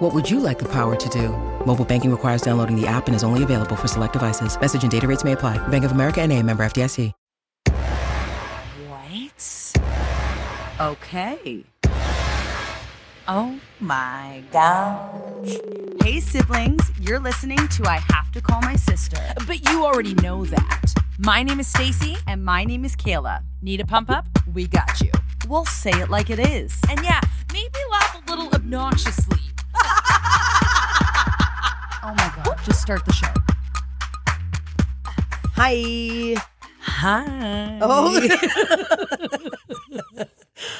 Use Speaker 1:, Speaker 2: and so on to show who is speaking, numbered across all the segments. Speaker 1: What would you like the power to do? Mobile banking requires downloading the app and is only available for select devices. Message and data rates may apply. Bank of America and a member FDIC.
Speaker 2: What? Okay. Oh my gosh. Hey, siblings, you're listening to I Have to Call My Sister.
Speaker 3: But you already know that. My name is Stacy.
Speaker 2: And my name is Kayla.
Speaker 3: Need a pump up? We got you.
Speaker 2: We'll say it like it is.
Speaker 3: And yeah, maybe laugh a little obnoxiously.
Speaker 2: Oh my God, just start the show.
Speaker 4: Hi.
Speaker 3: Hi.
Speaker 4: Oh,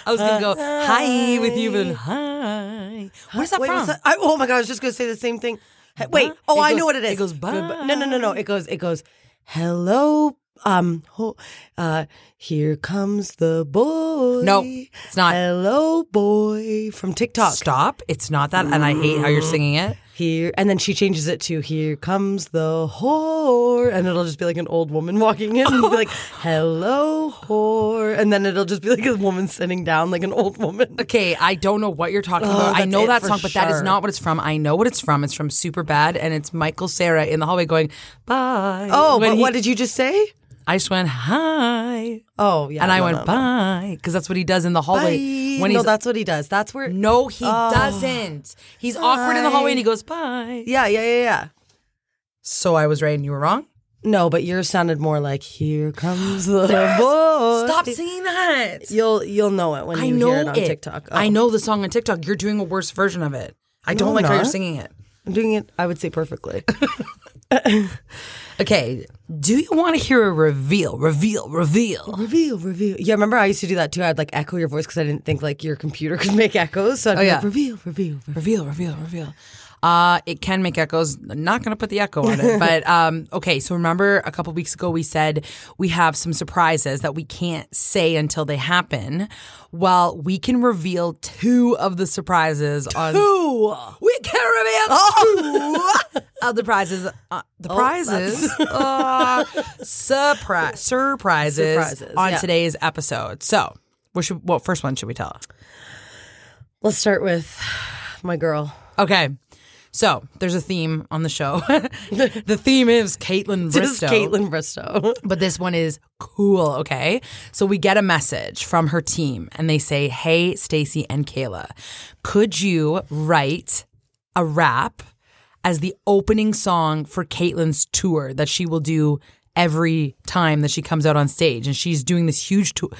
Speaker 3: I was gonna go hi with you, but then hi. Where's that
Speaker 4: wait,
Speaker 3: from?
Speaker 4: what's that? I, oh my God, I was just going to say the same thing. He- Wait. Oh, I
Speaker 3: goes-
Speaker 4: know what it is.
Speaker 3: it goes,
Speaker 4: Goodbye. No, no, no, no. It goes. It goes. Hello. Um. Ho, uh. Here comes the boy.
Speaker 3: No, it's not.
Speaker 4: Hello, boy from TikTok.
Speaker 3: Stop! It's not that, and I hate how you're singing it.
Speaker 4: Here and then she changes it to "Here comes the whore," and it'll just be like an old woman walking in and be like, "Hello, whore," and then it'll just be like a woman sitting down, like an old woman.
Speaker 3: Okay, I don't know what you're talking about. I
Speaker 4: Oh, that's
Speaker 3: know
Speaker 4: it
Speaker 3: that
Speaker 4: for
Speaker 3: song, but that is
Speaker 4: sure.
Speaker 3: not what it's from. I know what it's from. It's from Super Bad, and it's Michael Sarah in the hallway going bye.
Speaker 4: Oh,
Speaker 3: When
Speaker 4: but
Speaker 3: he-
Speaker 4: what did you just say?
Speaker 3: I just went hi.
Speaker 4: Oh, yeah.
Speaker 3: and I
Speaker 4: no,
Speaker 3: went
Speaker 4: no, no.
Speaker 3: bye because that's what he does in the hallway
Speaker 4: Bye.
Speaker 3: when he's
Speaker 4: no, that's what he does. That's where.
Speaker 3: no he doesn't he's awkward in the hallway
Speaker 4: Bye.
Speaker 3: and he goes bye
Speaker 4: Yeah, yeah, yeah, yeah.
Speaker 3: so I was right and you were wrong
Speaker 4: No, but yours sounded more like "Here comes the boy."
Speaker 3: stop singing that
Speaker 4: You'll you'll know it when
Speaker 3: I
Speaker 4: you
Speaker 3: know
Speaker 4: hear it on
Speaker 3: it.
Speaker 4: TikTok.
Speaker 3: I
Speaker 4: Oh.
Speaker 3: know the song on TikTok you're doing a worse version of it I don't
Speaker 4: I'm
Speaker 3: like how you're
Speaker 4: not.
Speaker 3: singing it
Speaker 4: I'm doing it. I would say perfectly.
Speaker 3: okay do you want to hear a reveal reveal reveal
Speaker 4: reveal, reveal. Yeah, remember I used to do that too. I'd like echo your voice because I didn't think like your computer could make echoes. So I'd be
Speaker 3: yeah.
Speaker 4: like, reveal, reveal, Oh, reveal.
Speaker 3: reveal reveal reveal uh, it can make echoes. I'm not going to put the echo on it. But um, okay, so remember a couple weeks ago we said we have some surprises that we can't say until they happen. Well, we can reveal two of the surprises on two. We can reveal
Speaker 4: Oh.
Speaker 3: two of the prizes. Uh, the prizes. Uh, surpri- surprises,
Speaker 4: Surprises,
Speaker 3: on
Speaker 4: yeah.
Speaker 3: today's episode. So, what should what first one should we tell?
Speaker 4: Let's start with my girl.
Speaker 3: Okay. So there's a theme on the show. the theme is Caitlin
Speaker 4: Just
Speaker 3: Bristow.
Speaker 4: Caitlin Bristow.
Speaker 3: But this one is cool, okay? So we get a message from her team and they say, Hey, Stacy and Kayla, could you write a rap as the opening song for Caitlin's tour that she will do every time that she comes out on stage? And she's doing this huge tour.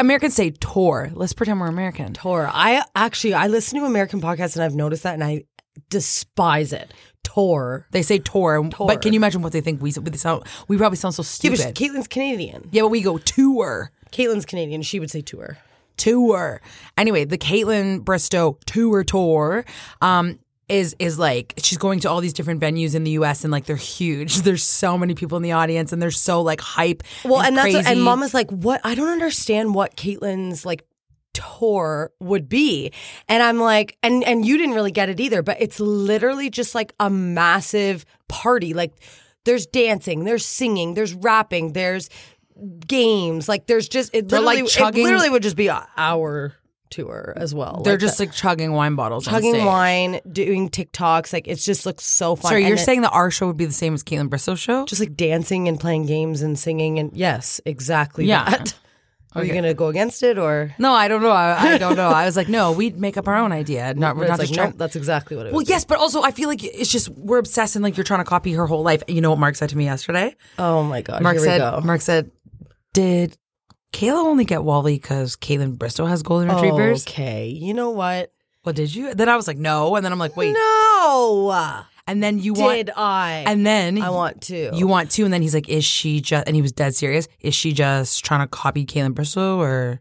Speaker 3: Americans say tour. Let's pretend we're American.
Speaker 4: Tor. I actually I listen to American podcasts and I've noticed that and I despise it. Tor.
Speaker 3: They say tour,
Speaker 4: Tour.
Speaker 3: but can you imagine what they think we we sound? We probably sound so
Speaker 4: Yeah,
Speaker 3: stupid.
Speaker 4: but she- Caitlin's Canadian.
Speaker 3: Yeah, but we go tour,
Speaker 4: Caitlin's Canadian. She would say tour.
Speaker 3: tour. Anyway, the Caitlin Bristow tour tour. Um, is is like she's going to all these different venues in the U.S. and like they're huge. There's so many people in the audience and they're so like hype.
Speaker 4: Well, and, that's what,
Speaker 3: crazy.
Speaker 4: and Mama's like, what? I don't understand what Caitlin's like tour would be, and I'm like, and and you didn't really get it either, but it's literally just like a massive party. Like, there's dancing, there's singing, there's rapping, there's games. Like, there's just it.
Speaker 3: They're, like,
Speaker 4: literally-
Speaker 3: chugging-
Speaker 4: It literally would just be a- our tour as well.
Speaker 3: They're
Speaker 4: Like,
Speaker 3: just like chugging wine bottles. on
Speaker 4: hugging
Speaker 3: stage.
Speaker 4: wine, doing TikToks. Like, it just looks so fun.
Speaker 3: Sorry,
Speaker 4: And
Speaker 3: you're
Speaker 4: it-
Speaker 3: saying that our show would be the same as Caitlin Bristow's show?
Speaker 4: just like dancing and playing games and singing and yes, exactly
Speaker 3: Yeah.
Speaker 4: that. Are you gonna go against it or
Speaker 3: no, I don't know. I, I don't know. I was like, no, we'd make up our own idea. Not, we're
Speaker 4: It's
Speaker 3: not
Speaker 4: like,
Speaker 3: just trying.
Speaker 4: nope, that's exactly what it
Speaker 3: Well,
Speaker 4: was.
Speaker 3: yes, but also I feel like it's just we're obsessed and like you're trying to copy her whole life. You know what Mark said to me yesterday?
Speaker 4: oh my god,
Speaker 3: Mark
Speaker 4: here
Speaker 3: said,
Speaker 4: we go.
Speaker 3: Mark said, did Kayla only get Wally because Caitlin Bristow has golden
Speaker 4: Oh,
Speaker 3: retrievers?
Speaker 4: Okay, you know what?
Speaker 3: Well, did you? Then I was like, no, and then I'm like, wait,
Speaker 4: No,
Speaker 3: and then you want,
Speaker 4: did I?
Speaker 3: and then
Speaker 4: I want to.
Speaker 3: you want to, and then he's like, is she just? And he was dead serious. Is she just trying to copy Caitlin Bristow or?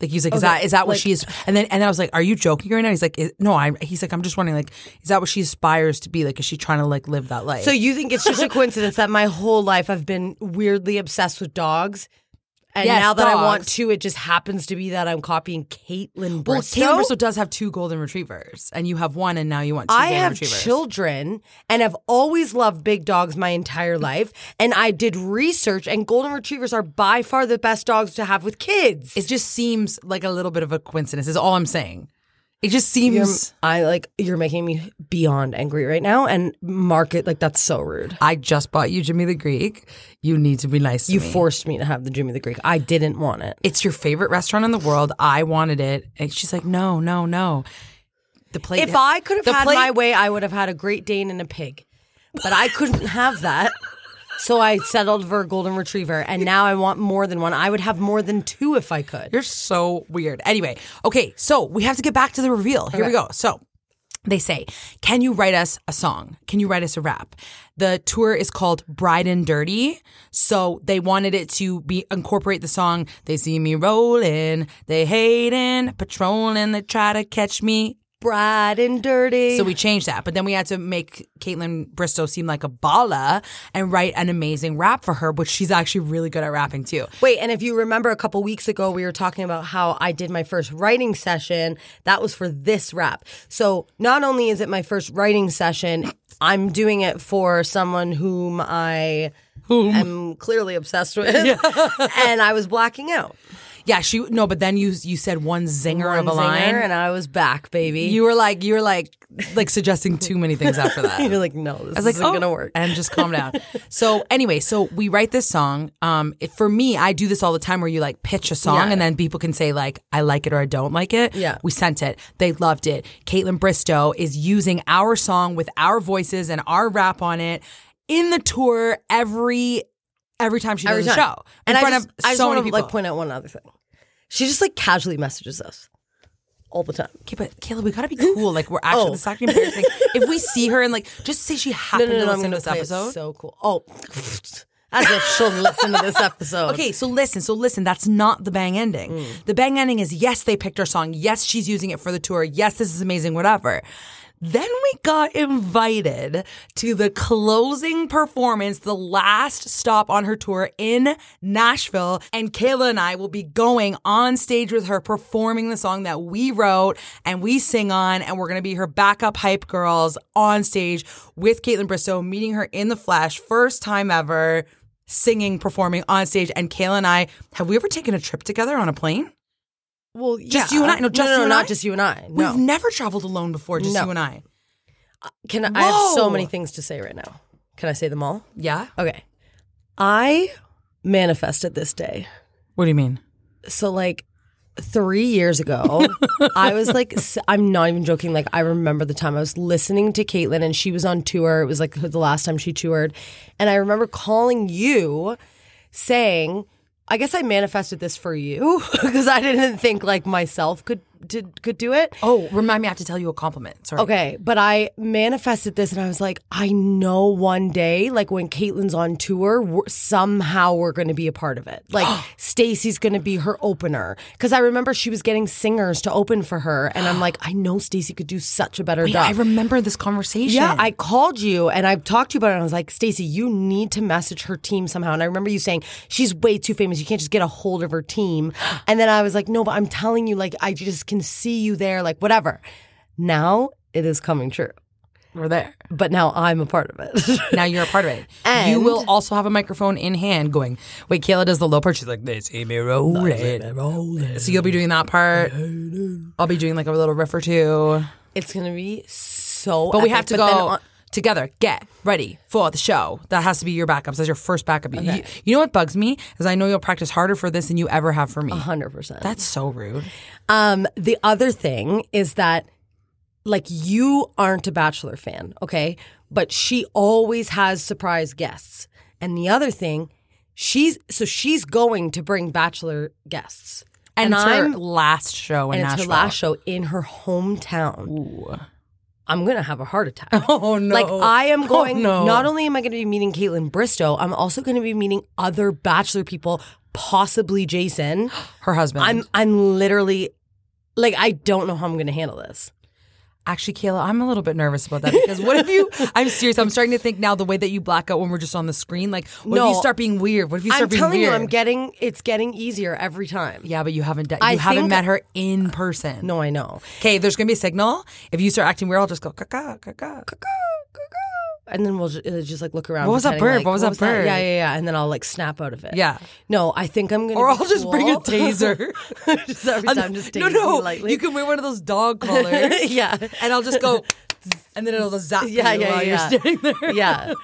Speaker 3: Like he's like, is that is that what she is? And then and I was like, are you joking right now? He's like, "Is- no, I. He's like, I'm just wondering, like, is that what she aspires to be? Like, is she trying to like live that life?
Speaker 4: So you think it's just a coincidence that my whole life I've been weirdly obsessed with dogs? And
Speaker 3: Yes,
Speaker 4: now that I want
Speaker 3: dogs.
Speaker 4: to, it just happens to be that I'm copying Caitlin
Speaker 3: well,
Speaker 4: Bristow.
Speaker 3: Taylor Bristow does have two golden retrievers, and you have one, and now you want two
Speaker 4: I
Speaker 3: golden
Speaker 4: have
Speaker 3: retrievers.
Speaker 4: children and have always loved big dogs my entire life. And I did research, and golden retrievers are by far the best dogs to have with kids.
Speaker 3: It just seems like a little bit of a coincidence. Is all I'm saying. It just seems.
Speaker 4: I like you're making me beyond angry right now, and mark it like that's so rude.
Speaker 3: I just bought you Jimmy the Greek. You need to be nice. To
Speaker 4: You
Speaker 3: me.
Speaker 4: forced me to have the Jimmy the Greek. I didn't want it.
Speaker 3: It's your favorite restaurant in the world. I wanted it, and she's like, no, no, no. The plate.
Speaker 4: If I could have
Speaker 3: the
Speaker 4: had
Speaker 3: plate-
Speaker 4: my way, I would have had a Great Dane and a pig, but I couldn't have that. So I settled for a golden retriever, and now I want more than one. I would have more than two if I could.
Speaker 3: You're so weird. Anyway, okay, so we have to get back to the reveal. Here we go. So they say, Can you write us a song? Can you write us a rap? The tour is called Bride and Dirty. So they wanted it to be incorporate the song They See Me Rolling, They Hating, Patrolling, They Try to Catch Me.
Speaker 4: Bride and dirty.
Speaker 3: So we changed that. But then we had to make Caitlyn Bristow seem like a bala and write an amazing rap for her, which she's actually really good at rapping too.
Speaker 4: Wait, and if you remember a couple weeks ago, we were talking about how I did my first writing session. That was for this rap. So not only is it my first writing session, I'm doing it for someone whom I am clearly obsessed with, and I was blacking out.
Speaker 3: Yeah, she no, but then you you said one zinger of a
Speaker 4: One
Speaker 3: line.
Speaker 4: zinger, and I was back, baby.
Speaker 3: You were like, you were like, like suggesting too many things after that.
Speaker 4: You're like, no, this
Speaker 3: I was like,
Speaker 4: isn't
Speaker 3: oh,
Speaker 4: gonna work.
Speaker 3: and just calm down. so anyway, so we write this song. Um, it, for me, I do this all the time where you like pitch a song
Speaker 4: Yeah.
Speaker 3: and then people can say like, I like it or I don't like it.
Speaker 4: Yeah.
Speaker 3: we sent it. They loved it. Caitlin Bristow is using our song with our voices and our rap on it in the tour every every time she does
Speaker 4: Every
Speaker 3: a
Speaker 4: time.
Speaker 3: show in
Speaker 4: and
Speaker 3: front
Speaker 4: I just,
Speaker 3: of
Speaker 4: I just
Speaker 3: so
Speaker 4: wanna,
Speaker 3: many people.
Speaker 4: like point out one other thing. She just like casually messages us all the time.
Speaker 3: Okay, but Kayla, we gotta be cool. Like we're actually
Speaker 4: Oh.
Speaker 3: this is actually embarrassing. if we see her and like just say she happened to listen
Speaker 4: I'm
Speaker 3: to
Speaker 4: gonna
Speaker 3: this
Speaker 4: play it
Speaker 3: episode.
Speaker 4: So cool. Oh, as if she'll listen to this episode.
Speaker 3: Okay, so listen, so listen, that's not the bang ending. The bang ending is yes, they picked our song. Yes, she's using it for the tour. Yes, this is amazing, whatever. Then we got invited to the closing performance, the last stop on her tour in Nashville. And Kayla and I will be going on stage with her, performing the song that we wrote and we sing on. And we're going to be her backup hype girls on stage with Caitlin Bristow, meeting her in the flesh, first time ever singing, performing on stage. And Kayla and I, have we ever taken a trip together on a plane?
Speaker 4: Well,
Speaker 3: Just you and I. No, just
Speaker 4: no,
Speaker 3: you and
Speaker 4: not
Speaker 3: I.
Speaker 4: just you and I. No.
Speaker 3: We've never traveled alone before, just
Speaker 4: No.
Speaker 3: you and I.
Speaker 4: Can I, I have
Speaker 3: Whoa.
Speaker 4: so many things to say right now? Can I say them all?
Speaker 3: Yeah?
Speaker 4: Okay. I manifested this day.
Speaker 3: What do you mean?
Speaker 4: so like three years ago i was like s- i'm not even joking like i remember the time i was listening to caitlin and she was on tour it was like the last time she toured and i remember calling you saying i guess i manifested this for you because i didn't think like myself could did, could do it
Speaker 3: Oh, remind me, I have to tell you a compliment. Sorry.
Speaker 4: Okay, but I manifested this and I was like, I know one day, like when Caitlin's on tour, we're, somehow we're going to be a part of it. Like Stacy's going to be her opener because I remember she was getting singers to open for her, and I'm like, I know Stacy could do such a better
Speaker 3: Wait,
Speaker 4: job.
Speaker 3: I remember this conversation.
Speaker 4: Yeah, I called you and I talked to you about it. And I was like, Stacey, you need to message her team somehow. And I remember you saying she's way too famous. You can't just get a hold of her team. And then I was like, no, but I'm telling you, like, I just can see you there, like, whatever. Now it is coming true,
Speaker 3: We're there.
Speaker 4: but now I'm a part of it.
Speaker 3: Now you're a part of it. you
Speaker 4: And-
Speaker 3: will also have a microphone in hand going, wait, Kayla does the low part. She's like, they see me roll it. So you'll be doing that part. I'll be doing like a little riff or two.
Speaker 4: it's gonna be so.
Speaker 3: But we have to go
Speaker 4: then on-
Speaker 3: together. Get ready for the show. That has to be your backups. That's your first backup. You- You, you know what bugs me is I know you'll practice harder for this than you ever have for me.
Speaker 4: Uh-huh. 100%.
Speaker 3: That's so rude.
Speaker 4: Um, the other thing is that, like, you aren't a Bachelor fan, okay? But she always has surprise guests. And the other thing, she's so she's going to bring Bachelor guests,
Speaker 3: And, it's
Speaker 4: I'm
Speaker 3: her last show in
Speaker 4: and it's
Speaker 3: Nashville.
Speaker 4: her last show in her hometown. I'm gonna have a heart attack.
Speaker 3: Oh, no.
Speaker 4: Like I am
Speaker 3: Oh,
Speaker 4: going.
Speaker 3: no.
Speaker 4: Not only am I going to be meeting Caitlin Bristow, I'm also going to be meeting other Bachelor people possibly Jason.
Speaker 3: Her husband.
Speaker 4: I'm I'm literally like I don't know how I'm going to handle this.
Speaker 3: Actually, Kayla, I'm a little bit nervous about that because what if you? I'm serious. I'm starting to think now the way that you black out when we're just on the screen. Like, what if
Speaker 4: No.
Speaker 3: you start being weird? What if you start
Speaker 4: I'm
Speaker 3: being
Speaker 4: telling
Speaker 3: weird?
Speaker 4: you, I'm getting it's getting easier every time.
Speaker 3: yeah, but you haven't. De- you
Speaker 4: I
Speaker 3: haven't
Speaker 4: think-
Speaker 3: met her in person.
Speaker 4: No, I know.
Speaker 3: Okay, there's gonna be a signal. If you start acting weird, I'll just go caca caca.
Speaker 4: And then we'll just, just like look around.
Speaker 3: What was that
Speaker 4: pretending,
Speaker 3: bird?
Speaker 4: like,
Speaker 3: What was that bird?
Speaker 4: Yeah, yeah, yeah. And then I'll like snap out of it.
Speaker 3: Yeah.
Speaker 4: No, I think I'm gonna.
Speaker 3: Or
Speaker 4: be
Speaker 3: I'll just bring a
Speaker 4: cool.
Speaker 3: taser.
Speaker 4: just every
Speaker 3: And-
Speaker 4: time, just
Speaker 3: no,
Speaker 4: taser
Speaker 3: no.
Speaker 4: me lightly.
Speaker 3: You can wear one of those dog collars.
Speaker 4: Yeah.
Speaker 3: and I'll just go, and then it'll zap
Speaker 4: Yeah,
Speaker 3: you
Speaker 4: yeah,
Speaker 3: while
Speaker 4: yeah.
Speaker 3: you're standing there.
Speaker 4: yeah.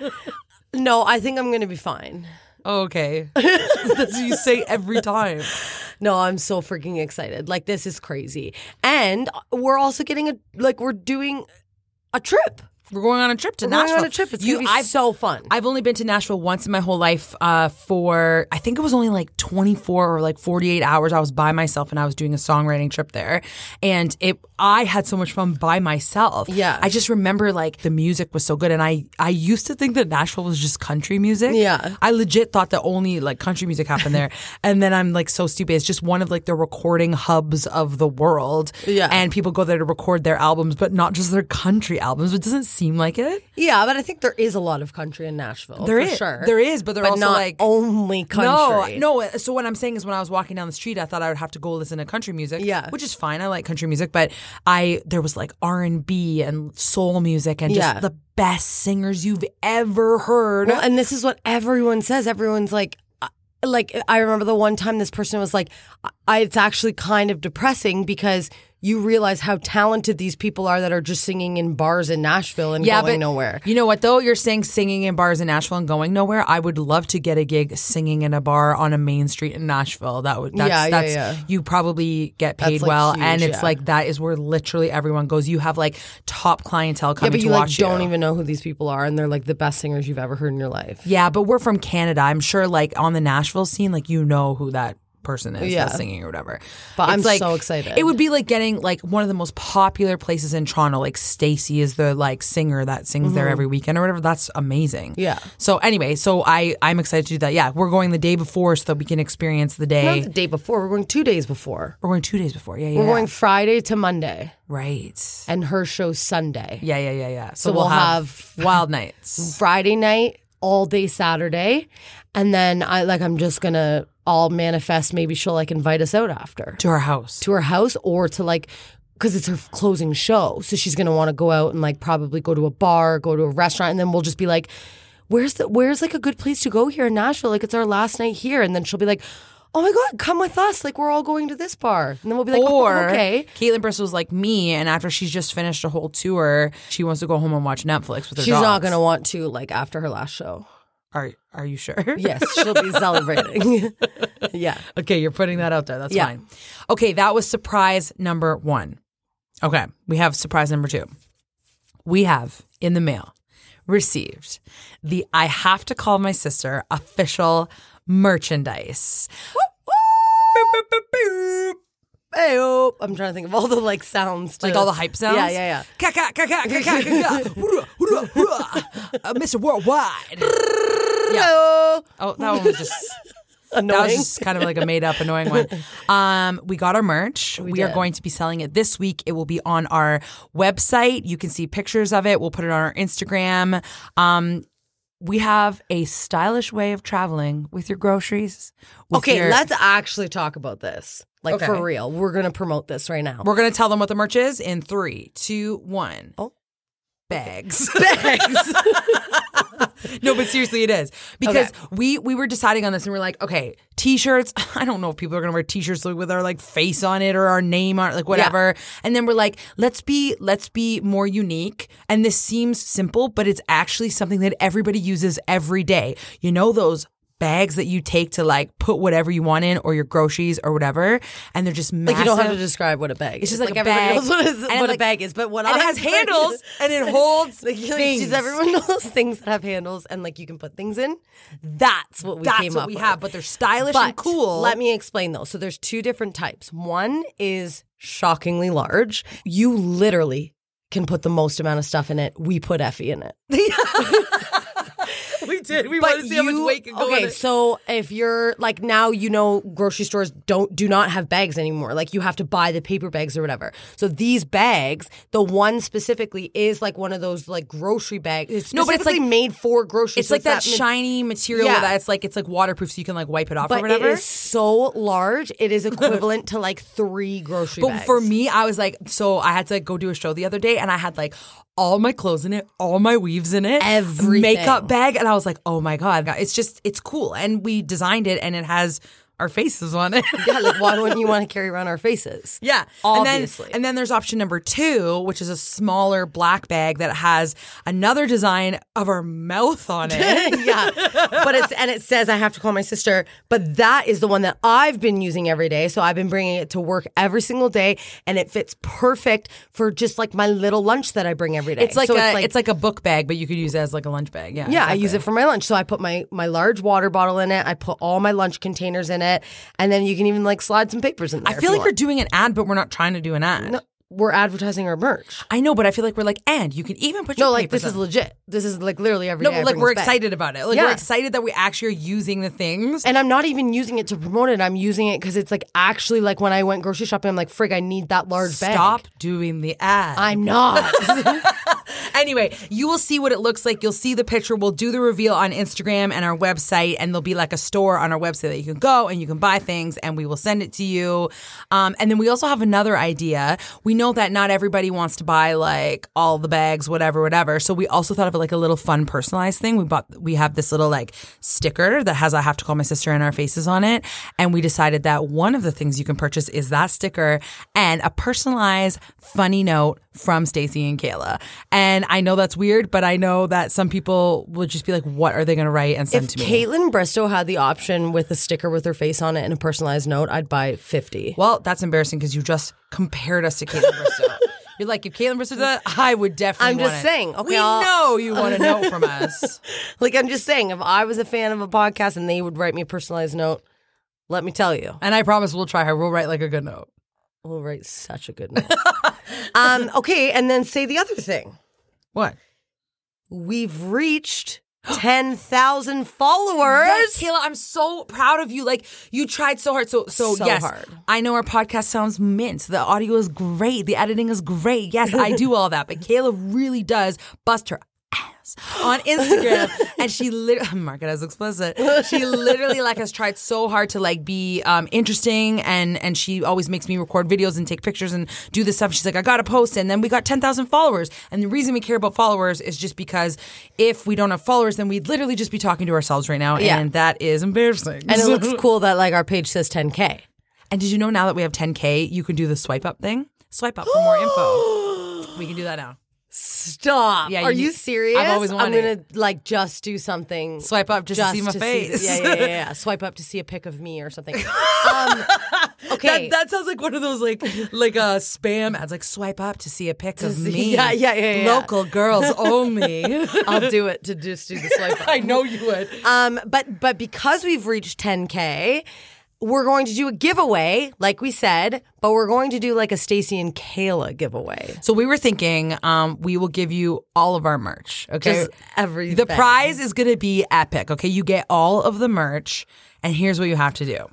Speaker 4: No, I think I'm gonna be fine.
Speaker 3: Okay, that's what you say every time.
Speaker 4: No, I'm so freaking excited. Like this is crazy. And we're also getting a like we're doing a trip.
Speaker 3: We're going on a trip to
Speaker 4: We're
Speaker 3: Nashville.
Speaker 4: going on a trip. It's
Speaker 3: you,
Speaker 4: gonna be
Speaker 3: I've,
Speaker 4: so fun.
Speaker 3: I've only been to Nashville once in my whole life. Uh, for I think it was only like 24 or like 48 hours. I was by myself and I was doing a songwriting trip there, and it. I had so much fun by myself.
Speaker 4: Yeah.
Speaker 3: I just remember like the music was so good, and I I used to think that Nashville was just country music.
Speaker 4: Yeah.
Speaker 3: I legit thought that only like country music happened there, and then I'm like so stupid. It's just one of like the recording hubs of the world.
Speaker 4: Yeah.
Speaker 3: and people go there to record their albums, but not just their country albums. It doesn't seem like it.
Speaker 4: yeah, but I think there is a lot of country in Nashville.
Speaker 3: There
Speaker 4: for
Speaker 3: is-
Speaker 4: sure.
Speaker 3: there is, but they're also,
Speaker 4: not
Speaker 3: like-
Speaker 4: only country.
Speaker 3: No, no. So what I'm saying is, when I was walking down the street, I thought I would have to go listen to country music.
Speaker 4: Yeah.
Speaker 3: which is fine. I like country music, but I there was like R and B and soul music and just
Speaker 4: Yeah.
Speaker 3: the best singers you've ever heard.
Speaker 4: Well, and this is what everyone says. Everyone's like, uh, like I remember the one time this person was like, I, "It's actually kind of depressing because you realize how talented these people are that are just singing in bars in Nashville and going nowhere."
Speaker 3: You know what though? You're saying singing in bars in Nashville and going nowhere. I would love to get a gig singing in a bar on a main street in Nashville. That would that's
Speaker 4: Yeah, yeah,
Speaker 3: that's
Speaker 4: yeah.
Speaker 3: you probably get paid
Speaker 4: That's, like,
Speaker 3: well,
Speaker 4: huge,
Speaker 3: and it's
Speaker 4: yeah.
Speaker 3: like that is where literally everyone goes. You have like top clientele
Speaker 4: Yeah,
Speaker 3: coming
Speaker 4: but
Speaker 3: to
Speaker 4: you like
Speaker 3: watch
Speaker 4: don't
Speaker 3: you.
Speaker 4: even know who these people are, and they're like the best singers you've ever heard in your life.
Speaker 3: Yeah, but we're from Canada. I'm sure, like on the Nashville scene, like you know who that person is
Speaker 4: Yeah.
Speaker 3: that's singing or whatever.
Speaker 4: But I'm
Speaker 3: like,
Speaker 4: so excited.
Speaker 3: It would be like getting like one of the most popular places in Toronto. Like Stacy is the like singer that sings there every weekend or whatever. That's amazing.
Speaker 4: Mm-hmm. Yeah.
Speaker 3: So anyway, so I I'm excited to do that. Yeah, we're going the day before so that we can experience the day.
Speaker 4: Not the day before. We're going two days before.
Speaker 3: we're going two days before. Yeah, yeah.
Speaker 4: We're
Speaker 3: yeah.
Speaker 4: going Friday to Monday,
Speaker 3: right.
Speaker 4: and her show Sunday.
Speaker 3: Yeah, yeah, yeah, yeah. So,
Speaker 4: So we'll
Speaker 3: wild nights.
Speaker 4: Friday night, all day Saturday, and then I like I'm just gonna all manifest. Maybe she'll like invite us out after
Speaker 3: To our house.
Speaker 4: to her house or to like because it's her f- closing show, so she's gonna want to go out and like probably go to a bar, go to a restaurant, and then we'll just be like, "Where's the where's like a good place to go here in Nashville? Like it's our last night here," and then she'll be like. Oh my God! Come with us. Like we're all going to this bar, and then we'll be like, oh,
Speaker 3: or
Speaker 4: okay."
Speaker 3: Caitlyn Bristol's like me, and after she's just finished a whole tour, she wants to go home and watch Netflix with her
Speaker 4: She's not
Speaker 3: dogs.
Speaker 4: gonna want to like after her last show.
Speaker 3: Are Are you sure?
Speaker 4: Yes, she'll be celebrating. yeah.
Speaker 3: Okay, you're putting that out there. That's
Speaker 4: Yeah.
Speaker 3: fine. Okay, that was surprise number one. Okay, we have surprise number two. We have in the mail received the I have to call my sister official merchandise.
Speaker 4: Ayo. I'm trying to think of all the like sounds, to,
Speaker 3: Like all the hype sounds?
Speaker 4: Yeah, yeah, yeah.
Speaker 3: Kaka, kaka, kaka, kaka. Hurrah, hurrah, hurrah. Uh, Mr. Worldwide. yeah.
Speaker 4: Oh,
Speaker 3: Oh, that one was just. That was
Speaker 4: annoying.
Speaker 3: just kind of like a made up annoying one. Um, we got our merch. We, are
Speaker 4: did.
Speaker 3: going to be selling it this week. It will be on our website. You can see pictures of it. We'll put it on our Instagram. Um, we have a stylish way of traveling with your groceries. with
Speaker 4: okay,
Speaker 3: your-
Speaker 4: let's actually talk about this. Like
Speaker 3: Okay.
Speaker 4: for real, we're gonna promote this right now.
Speaker 3: We're gonna tell them what the merch is in three, two, one.
Speaker 4: Oh.
Speaker 3: Bags. Bags. no, but seriously, it is. Because we we were deciding on this and we're like, okay, t shirts. I don't know if people are gonna wear t shirts with our like face on it or our name on it, like whatever. And then we're like, let's be let's be more unique. And this seems simple, but it's actually something that everybody uses every day. You know those bags that you take to like put whatever you want in or your groceries or whatever and they're just massive.
Speaker 4: like you don't have to describe what a bag.
Speaker 3: It's
Speaker 4: is.
Speaker 3: just like, a
Speaker 4: everybody
Speaker 3: bag.
Speaker 4: knows what, is,
Speaker 3: And,
Speaker 4: what
Speaker 3: like,
Speaker 4: a bag is, but what
Speaker 3: and
Speaker 4: I'm
Speaker 3: it has
Speaker 4: saying
Speaker 3: handles
Speaker 4: is-
Speaker 3: and it holds
Speaker 4: Like,
Speaker 3: things.
Speaker 4: you- like, geez, everyone knows things that have handles and like you can put things in. That's what we
Speaker 3: That's
Speaker 4: came
Speaker 3: what
Speaker 4: up
Speaker 3: we
Speaker 4: with.
Speaker 3: have, but they're stylish
Speaker 4: but
Speaker 3: and cool.
Speaker 4: Let me explain though. So there's two different types. One is shockingly large. You literally can put the most amount of stuff in it. We put Effie in it.
Speaker 3: we did. did. We
Speaker 4: But
Speaker 3: wanted to see how much
Speaker 4: you-
Speaker 3: weight could go
Speaker 4: Okay,
Speaker 3: in it.
Speaker 4: so if you're like now you know grocery stores don't do not have bags anymore. Like you have to buy the paper bags or whatever. So these bags, the one specifically is like one of those like grocery bags. It's
Speaker 3: No, but it's,
Speaker 4: specifically
Speaker 3: like-
Speaker 4: made for groceries.
Speaker 3: it's
Speaker 4: so
Speaker 3: like that,
Speaker 4: ma-
Speaker 3: shiny material
Speaker 4: Yeah.
Speaker 3: that's like it's like waterproof, so you can like wipe it off or
Speaker 4: But it
Speaker 3: whatever.
Speaker 4: is so large, it is equivalent to like three grocery
Speaker 3: But
Speaker 4: bags.
Speaker 3: for me, I was like, so I had to go do a show the other day, and I had like all my clothes in it, all my weaves in it,
Speaker 4: Everything.
Speaker 3: makeup bag, and I was like, oh my god, it's just it's cool, and we designed it, and it has our faces on it.
Speaker 4: yeah, like why wouldn't you want to carry around our faces?
Speaker 3: Yeah,
Speaker 4: Obviously.
Speaker 3: And then, and then there's option number two, which is a smaller black bag that has another design of our mouth on it.
Speaker 4: yeah. But it's and it says I have to call my sister, but that is the one that I've been using every day. So I've been bringing it to work every single day and it fits perfect for just like my little lunch that I bring every day.
Speaker 3: It's like
Speaker 4: So
Speaker 3: a it's like, a book bag, but you could use it as like a lunch bag. Yeah,
Speaker 4: yeah, I use it for my lunch. So I put my my large water bottle in it. I put all my lunch containers in it, and then you can even like slide some papers in there.
Speaker 3: I feel like we're doing an ad, but we're not trying to do an ad.
Speaker 4: we're advertising our merch.
Speaker 3: I know, but I feel like we're like, and you can even put your
Speaker 4: No, like
Speaker 3: papers
Speaker 4: this is
Speaker 3: on.
Speaker 4: legit. This is like literally every
Speaker 3: no,
Speaker 4: day. I
Speaker 3: but, like
Speaker 4: bring
Speaker 3: we're
Speaker 4: this back.
Speaker 3: excited about it. Like
Speaker 4: Yeah.
Speaker 3: we're excited that we actually are using the things.
Speaker 4: And I'm not even using it to promote it. I'm using it because it's like actually like when I went grocery shopping, I'm like, frig, I need that large bag.
Speaker 3: Stop doing the ad.
Speaker 4: I'm not.
Speaker 3: Anyway, you will see what it looks like. You'll see the picture. We'll do the reveal on Instagram and our website, and there'll be like a store on our website that you can go and you can buy things, and we will send it to you. Um, and then we also have another idea. We know that not everybody wants to buy like all the bags, whatever, whatever. So we also thought of like a little fun personalized thing. We bought, we have this little like sticker that has "I have to call my sister" and our faces on it, and we decided that one of the things you can purchase is that sticker and a personalized funny note from Stacey and Kayla. And I know that's weird, but I know that some people will just be like, "What are they going to write and send
Speaker 4: if
Speaker 3: to me?"
Speaker 4: Caitlin Bristow had the option with a sticker with her face on it and a personalized note, I'd buy 50.
Speaker 3: well, that's embarrassing because you just compared us to Caitlyn Bristow. You're like, if Caitlyn Bristow did that, I would definitely.
Speaker 4: I'm just
Speaker 3: want it.
Speaker 4: saying, okay,
Speaker 3: we
Speaker 4: I'll-
Speaker 3: know you want to know from us.
Speaker 4: Like, I'm just saying, if I was a fan of a podcast and they would write me a personalized note, let me tell you,
Speaker 3: And I promise we'll try her. We'll write like a good note.
Speaker 4: we'll write such a good note. um, okay, and then say the other thing.
Speaker 3: What?
Speaker 4: We've reached 10,000 followers.
Speaker 3: Yes, Kayla, I'm so proud of you. Like you tried so hard. So so,
Speaker 4: So
Speaker 3: yes.
Speaker 4: hard.
Speaker 3: I know our podcast sounds mint. The audio is great. The editing is great. Yes, I do all that. But Kayla really does bust her ass on Instagram and she literally mark it as explicit she literally like has tried so hard to like be um interesting and and she always makes me record videos and take pictures and do this stuff she's like I gotta post and then we got 10,000 followers and the reason we care about followers is just because if we don't have followers then we'd literally just be talking to ourselves right now
Speaker 4: Yeah.
Speaker 3: and that is embarrassing
Speaker 4: And it looks cool that like our page says 10K.
Speaker 3: and did you know now that we have 10k you can do the swipe up thing swipe up for more info we can do that now
Speaker 4: Stop.
Speaker 3: Yeah,
Speaker 4: Are
Speaker 3: you-
Speaker 4: you serious?
Speaker 3: I've always
Speaker 4: I'm
Speaker 3: wanted
Speaker 4: gonna like just do something.
Speaker 3: Swipe up just to see my face.
Speaker 4: yeah, yeah, yeah, yeah. Swipe up to see a pic of me or something. Um, okay.
Speaker 3: That, that sounds like one of those like like uh, spam ads, like swipe up to see a pic of
Speaker 4: see-
Speaker 3: me.
Speaker 4: yeah, yeah, yeah, yeah.
Speaker 3: Local girls only.
Speaker 4: I'll do it to just do the swipe up.
Speaker 3: I know you would.
Speaker 4: Um, but but because we've reached 10k, we're going to do a giveaway, like we said. But we're going to do like a Stacy and Kayla giveaway.
Speaker 3: So we were thinking, um, we will give you all of our merch. Okay,
Speaker 4: Just everything.
Speaker 3: The prize is going to be epic. Okay, you get all of the merch, and here's what you have to do: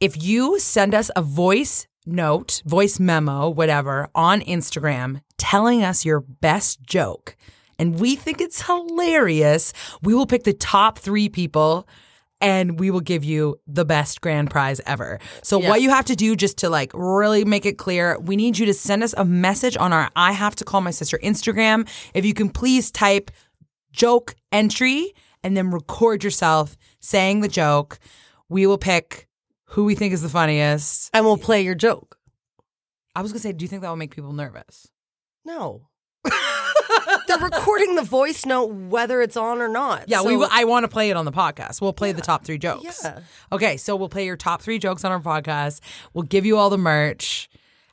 Speaker 3: if you send us a voice note, voice memo, whatever, on Instagram, telling us your best joke, and we think it's hilarious, we will pick the top three people. And we will give you the best grand prize ever. So, what you have to do just to like really make it clear, we need you to send us a message on our I Have to Call My Sister Instagram. If you can please type joke entry and then record yourself saying the joke. We will pick who we think is the funniest.
Speaker 4: And we'll play your joke.
Speaker 3: I was gonna say, do you think that will make people nervous?
Speaker 4: No. They're recording the voice note whether it's on or not.
Speaker 3: Yeah, we.
Speaker 4: So-
Speaker 3: Will, I want to play it on the podcast. We'll play the top three jokes.
Speaker 4: Yeah.
Speaker 3: Okay, so we'll play your top three jokes on our podcast. We'll give you all the merch,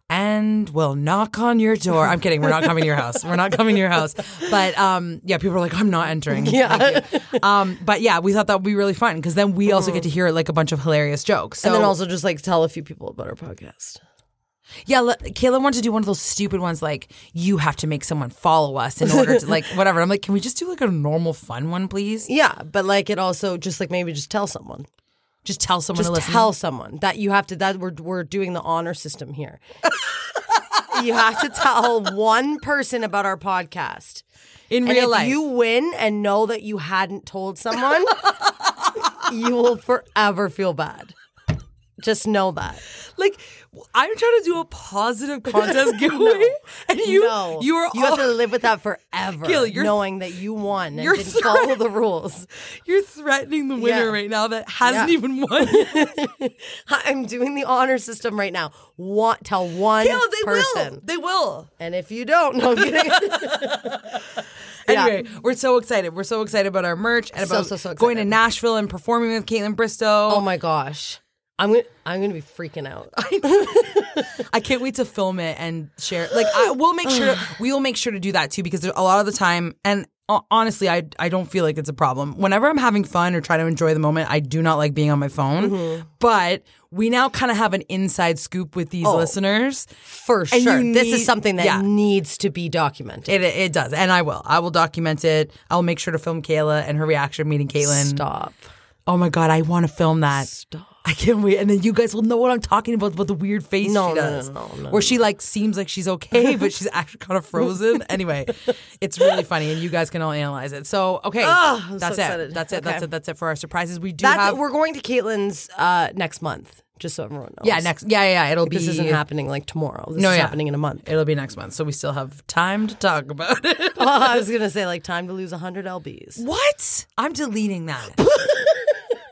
Speaker 3: and we'll knock on your door. I'm kidding. We're not coming to your house. We're not coming to your house. But um, yeah, people are like, I'm not entering. Yeah. Um, but yeah, we thought that would be really fun because then we also get to hear like a bunch of hilarious jokes. So
Speaker 4: and then also just like tell a few people about our podcast.
Speaker 3: Yeah, le- Caitlin wanted to do one of those stupid ones like you have to make someone follow us in order to like whatever. I'm like, can we just do like a normal fun one, please?
Speaker 4: Yeah, but like it also just like maybe just tell someone.
Speaker 3: Just tell someone
Speaker 4: Just
Speaker 3: to listen.
Speaker 4: tell someone that you have to that we're we're doing the honor system here. you have to tell one person about our podcast.
Speaker 3: in
Speaker 4: And
Speaker 3: real
Speaker 4: if
Speaker 3: life.
Speaker 4: you win and know that you hadn't told someone, you will forever feel bad. Just know that.
Speaker 3: like I'm trying to do a positive contest giveaway, and you
Speaker 4: no.
Speaker 3: you are
Speaker 4: you have to
Speaker 3: all-
Speaker 4: live with that forever,
Speaker 3: Gil, you're-
Speaker 4: knowing that you won and
Speaker 3: you're
Speaker 4: didn't
Speaker 3: sorry.
Speaker 4: follow the rules.
Speaker 3: you're threatening the winner
Speaker 4: Yeah.
Speaker 3: right now that hasn't
Speaker 4: Yeah.
Speaker 3: even won. Yet.
Speaker 4: I'm doing the honor system right now. Want tell one
Speaker 3: Gil, they
Speaker 4: person,
Speaker 3: will. They will.
Speaker 4: and if you don't, no, I'm kidding. Yeah.
Speaker 3: Anyway, we're so excited. We're so excited about our merch and
Speaker 4: So,
Speaker 3: about
Speaker 4: so, so
Speaker 3: going to
Speaker 4: excited.
Speaker 3: Nashville and performing with Caitlin Bristow.
Speaker 4: oh my gosh, I'm gonna I'm gonna be freaking out.
Speaker 3: I can't wait to film it and share. Like, I, we'll make sure we will make sure to do that too because there, a lot of the time, and ho- honestly, I I don't feel like it's a problem. Whenever I'm having fun or trying to enjoy the moment, I do not like being on my phone. But we now kind of have an inside scoop with these listeners.
Speaker 4: For
Speaker 3: And
Speaker 4: sure,
Speaker 3: you
Speaker 4: this is
Speaker 3: need-
Speaker 4: something that
Speaker 3: yeah.
Speaker 4: needs to be documented.
Speaker 3: It it does, and I will. I will document it. I will make sure to film Kayla and her reaction meeting Caitlin.
Speaker 4: Stop.
Speaker 3: Oh my god, I want to film that. Stop. I can't wait, and then you guys will know what I'm talking about about the weird face
Speaker 4: No,
Speaker 3: she
Speaker 4: no, no,
Speaker 3: does,
Speaker 4: no, no,
Speaker 3: where she like seems like she's okay, but she's actually kind of frozen. anyway, it's really funny, and you guys can all analyze it. So okay,
Speaker 4: I'm
Speaker 3: that's
Speaker 4: so
Speaker 3: it.
Speaker 4: excited.
Speaker 3: That's it. That's
Speaker 4: Okay.
Speaker 3: it. That's it for our surprises. We do
Speaker 4: That's
Speaker 3: have.
Speaker 4: we're going to Caitlin's uh, next month, just so everyone knows.
Speaker 3: yeah, next. Yeah, yeah. yeah, It'll be.
Speaker 4: This isn't happening like tomorrow. This
Speaker 3: No,
Speaker 4: is
Speaker 3: yeah.
Speaker 4: happening in a month.
Speaker 3: It'll be next month, so we still have time to talk about it.
Speaker 4: Oh, I was gonna say like time to lose hundred lbs
Speaker 3: what? I'm deleting that.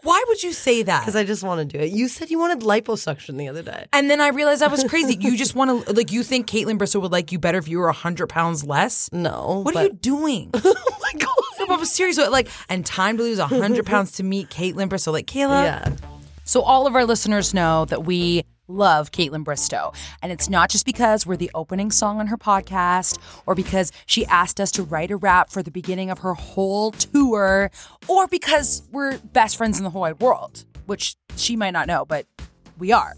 Speaker 3: Why would you say that?
Speaker 4: because I just want to do it. You said you wanted liposuction the other day.
Speaker 3: And then I realized I was crazy. You just want to like you think Caitlyn Bristow would like you better if you were hundred pounds less.
Speaker 4: No,
Speaker 3: What
Speaker 4: but-
Speaker 3: are you doing?
Speaker 4: Oh my god.
Speaker 3: No, but seriously, like, and time to lose hundred pounds to meet Caitlyn Bristow. Like, Kayla,
Speaker 4: Yeah.
Speaker 3: so, all of our listeners know that we love Caitlin Bristow. And it's not just because we're the opening song on her podcast or because she asked us to write a rap for the beginning of her whole tour or because we're best friends in the whole wide world, which she might not know, but we are.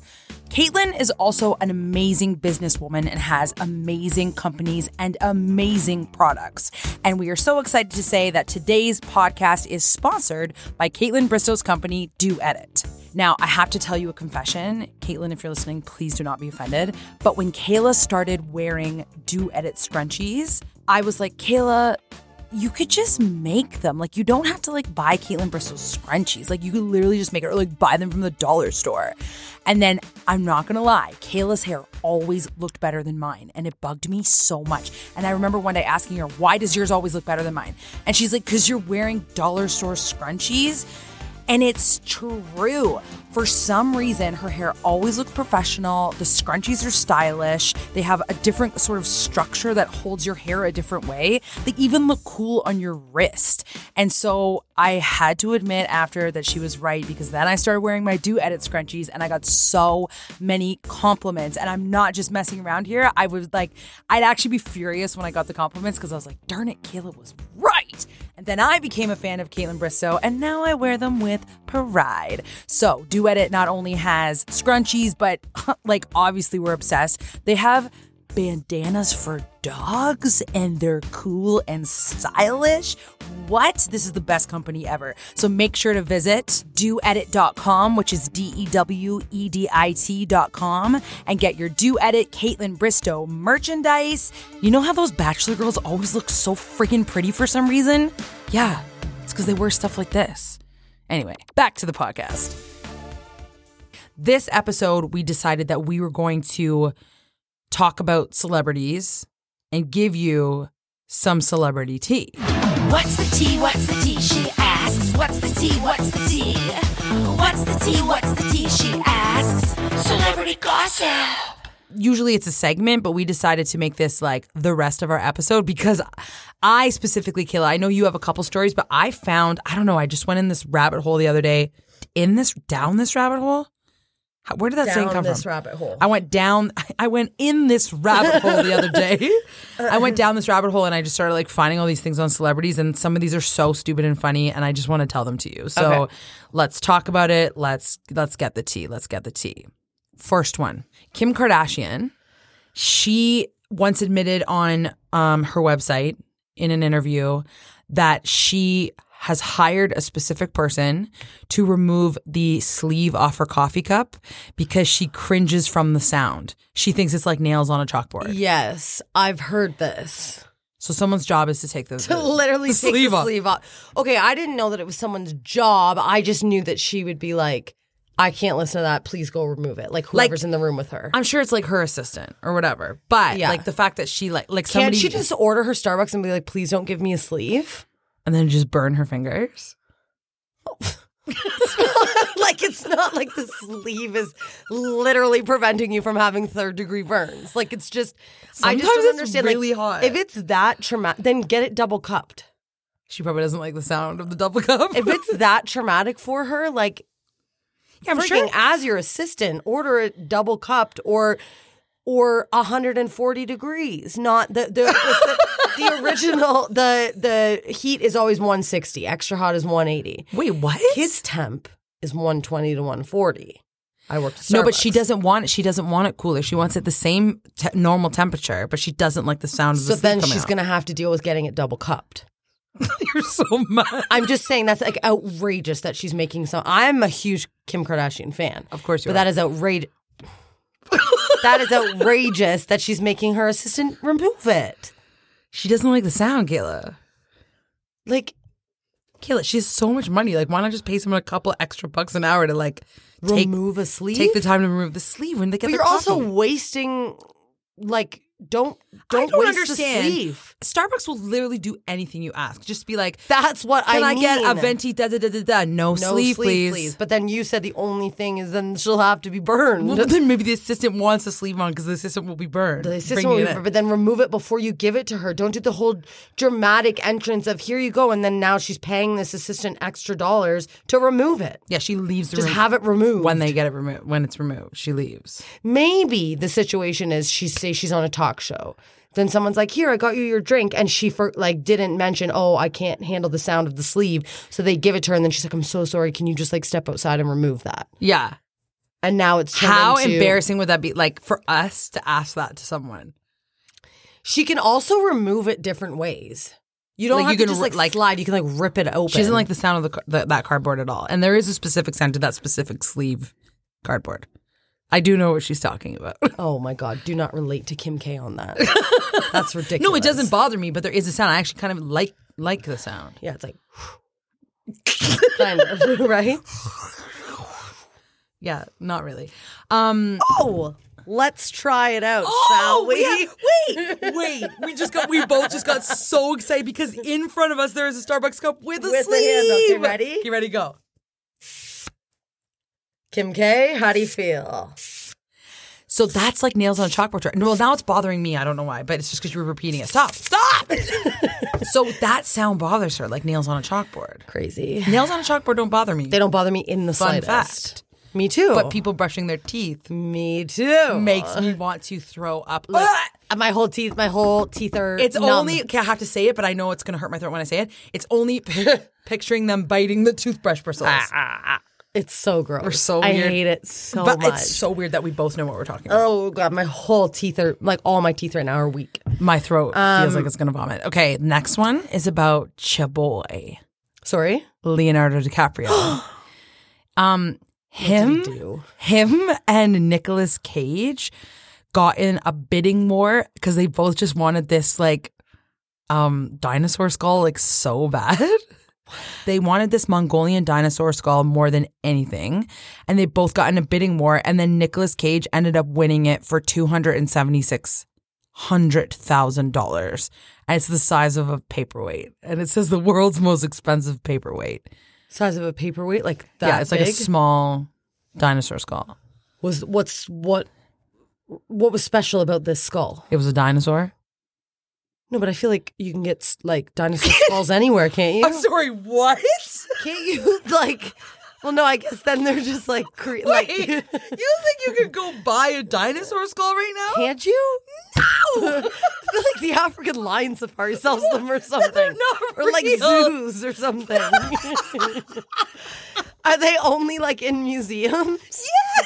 Speaker 3: Caitlin is also an amazing businesswoman and has amazing companies and amazing products. And we are so excited to say that today's podcast is sponsored by Caitlin Bristow's company, Do Edit. Now, I have to tell you a confession. Caitlin, if you're listening, please do not be offended. But when Kayla started wearing Do Edit scrunchies, I was like, Kayla, you could just make them. Like you don't have to like buy Caitlin Bristol's scrunchies. Like you could literally just make it or like buy them from the dollar store. And then I'm not gonna lie, Kayla's hair always looked better than mine. And it bugged me so much. And I remember one day asking her, why does yours always look better than mine? And she's like, because you're wearing dollar store scrunchies. And it's true. For some reason, her hair always looks professional. The scrunchies are stylish. They have a different sort of structure that holds your hair a different way. They even look cool on your wrist. And so I had to admit after that she was right because then I started wearing my do edit scrunchies and I got so many compliments. And I'm not just messing around here. I was like, I'd actually be furious when I got the compliments because I was like, darn it, Kayla was right. And then I became a fan of Caitlin Bristow, and now I wear them with pride. So, Do Edit not only has scrunchies, but like obviously we're obsessed. They have bandanas for dogs, and they're cool and stylish. What? This is the best company ever. So make sure to visit doedit.com, which is D E W E D I T.com, and get your Do Edit Caitlin Bristow merchandise. You know how those Bachelor girls always look so freaking pretty for some reason? Yeah, it's because they wear stuff like this. Anyway, back to the podcast. This episode, we decided that we were going to talk about celebrities and give you some celebrity tea.
Speaker 5: What's the tea? What's the tea? She asks. What's the tea? What's the tea? What's the tea? What's the tea? She asks. Celebrity gossip.
Speaker 3: usually it's a segment, but we decided to make this like the rest of our episode because I specifically, Kayla, I know you have a couple stories, but I found, I don't know, I just went in this rabbit hole the other day. In this, down this rabbit hole? How, where did that saying
Speaker 4: Down
Speaker 3: come
Speaker 4: this
Speaker 3: from?
Speaker 4: rabbit hole.
Speaker 3: I went down, I went in this rabbit hole the other day. I went down this rabbit hole and I just started like finding all these things on celebrities, and some of these are so stupid and funny, and I just want to tell them to you. So let's talk about it. Let's let's get the tea. Let's get the tea. First one Kim Kardashian. She once admitted on um, her website in an interview that she has hired a specific person to remove the sleeve off her coffee cup because she cringes from the sound. She thinks it's like nails on a chalkboard.
Speaker 4: Yes, I've heard this.
Speaker 3: So someone's job is to take those
Speaker 4: To literally
Speaker 3: the
Speaker 4: take
Speaker 3: sleeve
Speaker 4: the
Speaker 3: off.
Speaker 4: sleeve off. Okay, I didn't know that it was someone's job. I just knew that she would be like, I can't listen to that. Please go remove it. Like
Speaker 3: Like-
Speaker 4: whoever's in the room with her.
Speaker 3: I'm sure it's like her assistant or whatever. But
Speaker 4: Yeah.
Speaker 3: like the fact that she like like
Speaker 4: Can't
Speaker 3: somebody
Speaker 4: she just order her Starbucks and be like, please don't give me a sleeve?
Speaker 3: and then just burn her fingers.
Speaker 4: like it's not like the sleeve is literally preventing you from having third degree burns. Like it's just I just
Speaker 3: Sometimes
Speaker 4: don't
Speaker 3: it's
Speaker 4: understand.
Speaker 3: really
Speaker 4: like,
Speaker 3: hot.
Speaker 4: If it's that traumatic, then get it double cupped.
Speaker 3: She probably doesn't like the sound of the double cup.
Speaker 4: If it's that traumatic for her, like
Speaker 3: Yeah, I'm
Speaker 4: freaking
Speaker 3: sure.
Speaker 4: as your assistant, order it double cupped or or 140 degrees. Not the the, the, the original the the heat is always 160. Extra hot is 180.
Speaker 3: Wait, what?
Speaker 4: Kids temp is 120 to 140. I worked at
Speaker 3: no, but she
Speaker 4: Starbucks.
Speaker 3: doesn't want it. She doesn't want it cooler. She wants it the same te- normal temperature, but she doesn't like the sound of
Speaker 4: So
Speaker 3: the
Speaker 4: then
Speaker 3: sleep coming
Speaker 4: she's
Speaker 3: out.
Speaker 4: going to have to deal with getting it double cupped.
Speaker 3: You're so mad.
Speaker 4: I'm just saying that's like outrageous that she's making some. I'm a huge Kim Kardashian fan.
Speaker 3: Of course you
Speaker 4: But
Speaker 3: are.
Speaker 4: that is outrageous. that is outrageous that she's making her assistant remove it.
Speaker 3: She doesn't like the sound, Kayla.
Speaker 4: Like,
Speaker 3: Kayla, she has so much money. Like, why not just pay someone a couple extra bucks an hour to like take
Speaker 4: remove a sleeve?
Speaker 3: take the time to remove the sleeve when they get
Speaker 4: but
Speaker 3: the
Speaker 4: you're also
Speaker 3: coffee?
Speaker 4: wasting, like, don't
Speaker 3: I
Speaker 4: don't,
Speaker 3: don't
Speaker 4: waste the
Speaker 3: understand.
Speaker 4: sleeve.
Speaker 3: Starbucks will literally do anything you ask. Just be like,
Speaker 4: That's what
Speaker 3: "Can I,
Speaker 4: mean.
Speaker 3: get a venti da da da da da? No,
Speaker 4: no
Speaker 3: sleeve, please."
Speaker 4: But then you said the only thing is then she'll have to be burned.
Speaker 3: Well, then maybe the assistant wants a sleeve on because the assistant will be burned.
Speaker 4: The assistant
Speaker 3: Bringing
Speaker 4: will
Speaker 3: it
Speaker 4: be
Speaker 3: in.
Speaker 4: burned, but then remove it before you give it to her. Don't do the whole dramatic entrance of here you go, and then now she's paying this assistant extra dollars to remove it.
Speaker 3: Yeah, she leaves the
Speaker 4: Just
Speaker 3: room
Speaker 4: have it removed.
Speaker 3: when they get it removed. When it's removed, she leaves.
Speaker 4: Maybe the situation is she say she's on a talk show. Then someone's like, "Here, I got you your drink," and she for, like didn't mention, "Oh, I can't handle the sound of the sleeve," so they give it to her, and then she's like, "I'm so sorry. Can you just like step outside and remove that?"
Speaker 3: Yeah.
Speaker 4: And now it's turned
Speaker 3: How
Speaker 4: into-
Speaker 3: embarrassing would that be? Like for us to ask that to someone.
Speaker 4: She can also remove it different ways. You don't
Speaker 3: Like,
Speaker 4: have
Speaker 3: you
Speaker 4: to
Speaker 3: can
Speaker 4: just
Speaker 3: ri-
Speaker 4: like,
Speaker 3: like-
Speaker 4: slide. You can like rip it open.
Speaker 3: She doesn't like the sound of the, the that cardboard at all. And there is a specific sound to that specific sleeve cardboard. I do know what she's talking about.
Speaker 4: Oh my God, do not relate to Kim K on that. That's ridiculous.
Speaker 3: no, it doesn't bother me, but there is a sound. I actually kind of like like the sound.
Speaker 4: Yeah, it's like, kind of, right?
Speaker 3: Yeah, not really. Um
Speaker 4: Oh, let's try it out, shall Oh, we?
Speaker 3: have- wait, wait. We just got we both just got so excited because in front of us there is a Starbucks cup with a
Speaker 4: With the
Speaker 3: sleeve.
Speaker 4: handle. Okay, ready?
Speaker 3: You ready? Go.
Speaker 4: Kim K, how do you feel?
Speaker 3: So that's like nails on a chalkboard. chart. Well, now it's bothering me. I don't know why, but it's just because you were repeating it. Stop! Stop! so that sound bothers her, like nails on a chalkboard.
Speaker 4: Crazy.
Speaker 3: Nails on a chalkboard don't bother me.
Speaker 4: They don't Oh. bother me in the
Speaker 3: Fun
Speaker 4: slightest.
Speaker 3: fact.
Speaker 4: Me too.
Speaker 3: But people brushing their teeth
Speaker 4: me too.
Speaker 3: makes me want to throw up.
Speaker 4: Look,
Speaker 3: Ugh!
Speaker 4: my whole teeth, my whole teeth are.
Speaker 3: It's
Speaker 4: numb.
Speaker 3: only okay, I have to say it, but I know it's gonna hurt my throat when I say it. It's only picturing them biting the toothbrush bristles.
Speaker 4: It's so gross. We're
Speaker 3: so
Speaker 4: I
Speaker 3: weird.
Speaker 4: hate it Ah, so
Speaker 3: but
Speaker 4: much.
Speaker 3: it's so weird that we both know what we're talking about.
Speaker 4: oh god, my whole teeth are like all my teeth right now are weak.
Speaker 3: My throat feels
Speaker 4: Um,
Speaker 3: like it's gonna vomit. Okay, next one is about Chaboy.
Speaker 4: Sorry.
Speaker 3: Leonardo DiCaprio. um, him,
Speaker 4: do?
Speaker 3: him, and Nicolas Cage got in a bidding war because they both just wanted this like um dinosaur skull like so bad. They wanted this Mongolian dinosaur skull more than anything, and they both got in a bidding war. And then Nicolas Cage ended up winning it for two hundred and seventy six hundred thousand dollars, and it's the size of a paperweight. And it says the world's most expensive paperweight.
Speaker 4: Size of a paperweight, like that.
Speaker 3: yeah, it's like a
Speaker 4: big?
Speaker 3: small dinosaur skull.
Speaker 4: was what's what what was special about this skull?
Speaker 3: It was a dinosaur.
Speaker 4: No, but I feel like you can get like dinosaur skulls anywhere, can't you?
Speaker 3: sorry, what?
Speaker 4: can't you like? Well, no, I guess then they're just like cre- like.
Speaker 3: think you could go buy a dinosaur skull right
Speaker 4: can't you? No, I feel like the African lion safari sells them or something.
Speaker 3: not
Speaker 4: or like
Speaker 3: real.
Speaker 4: zoos or something. Are they only like in museums?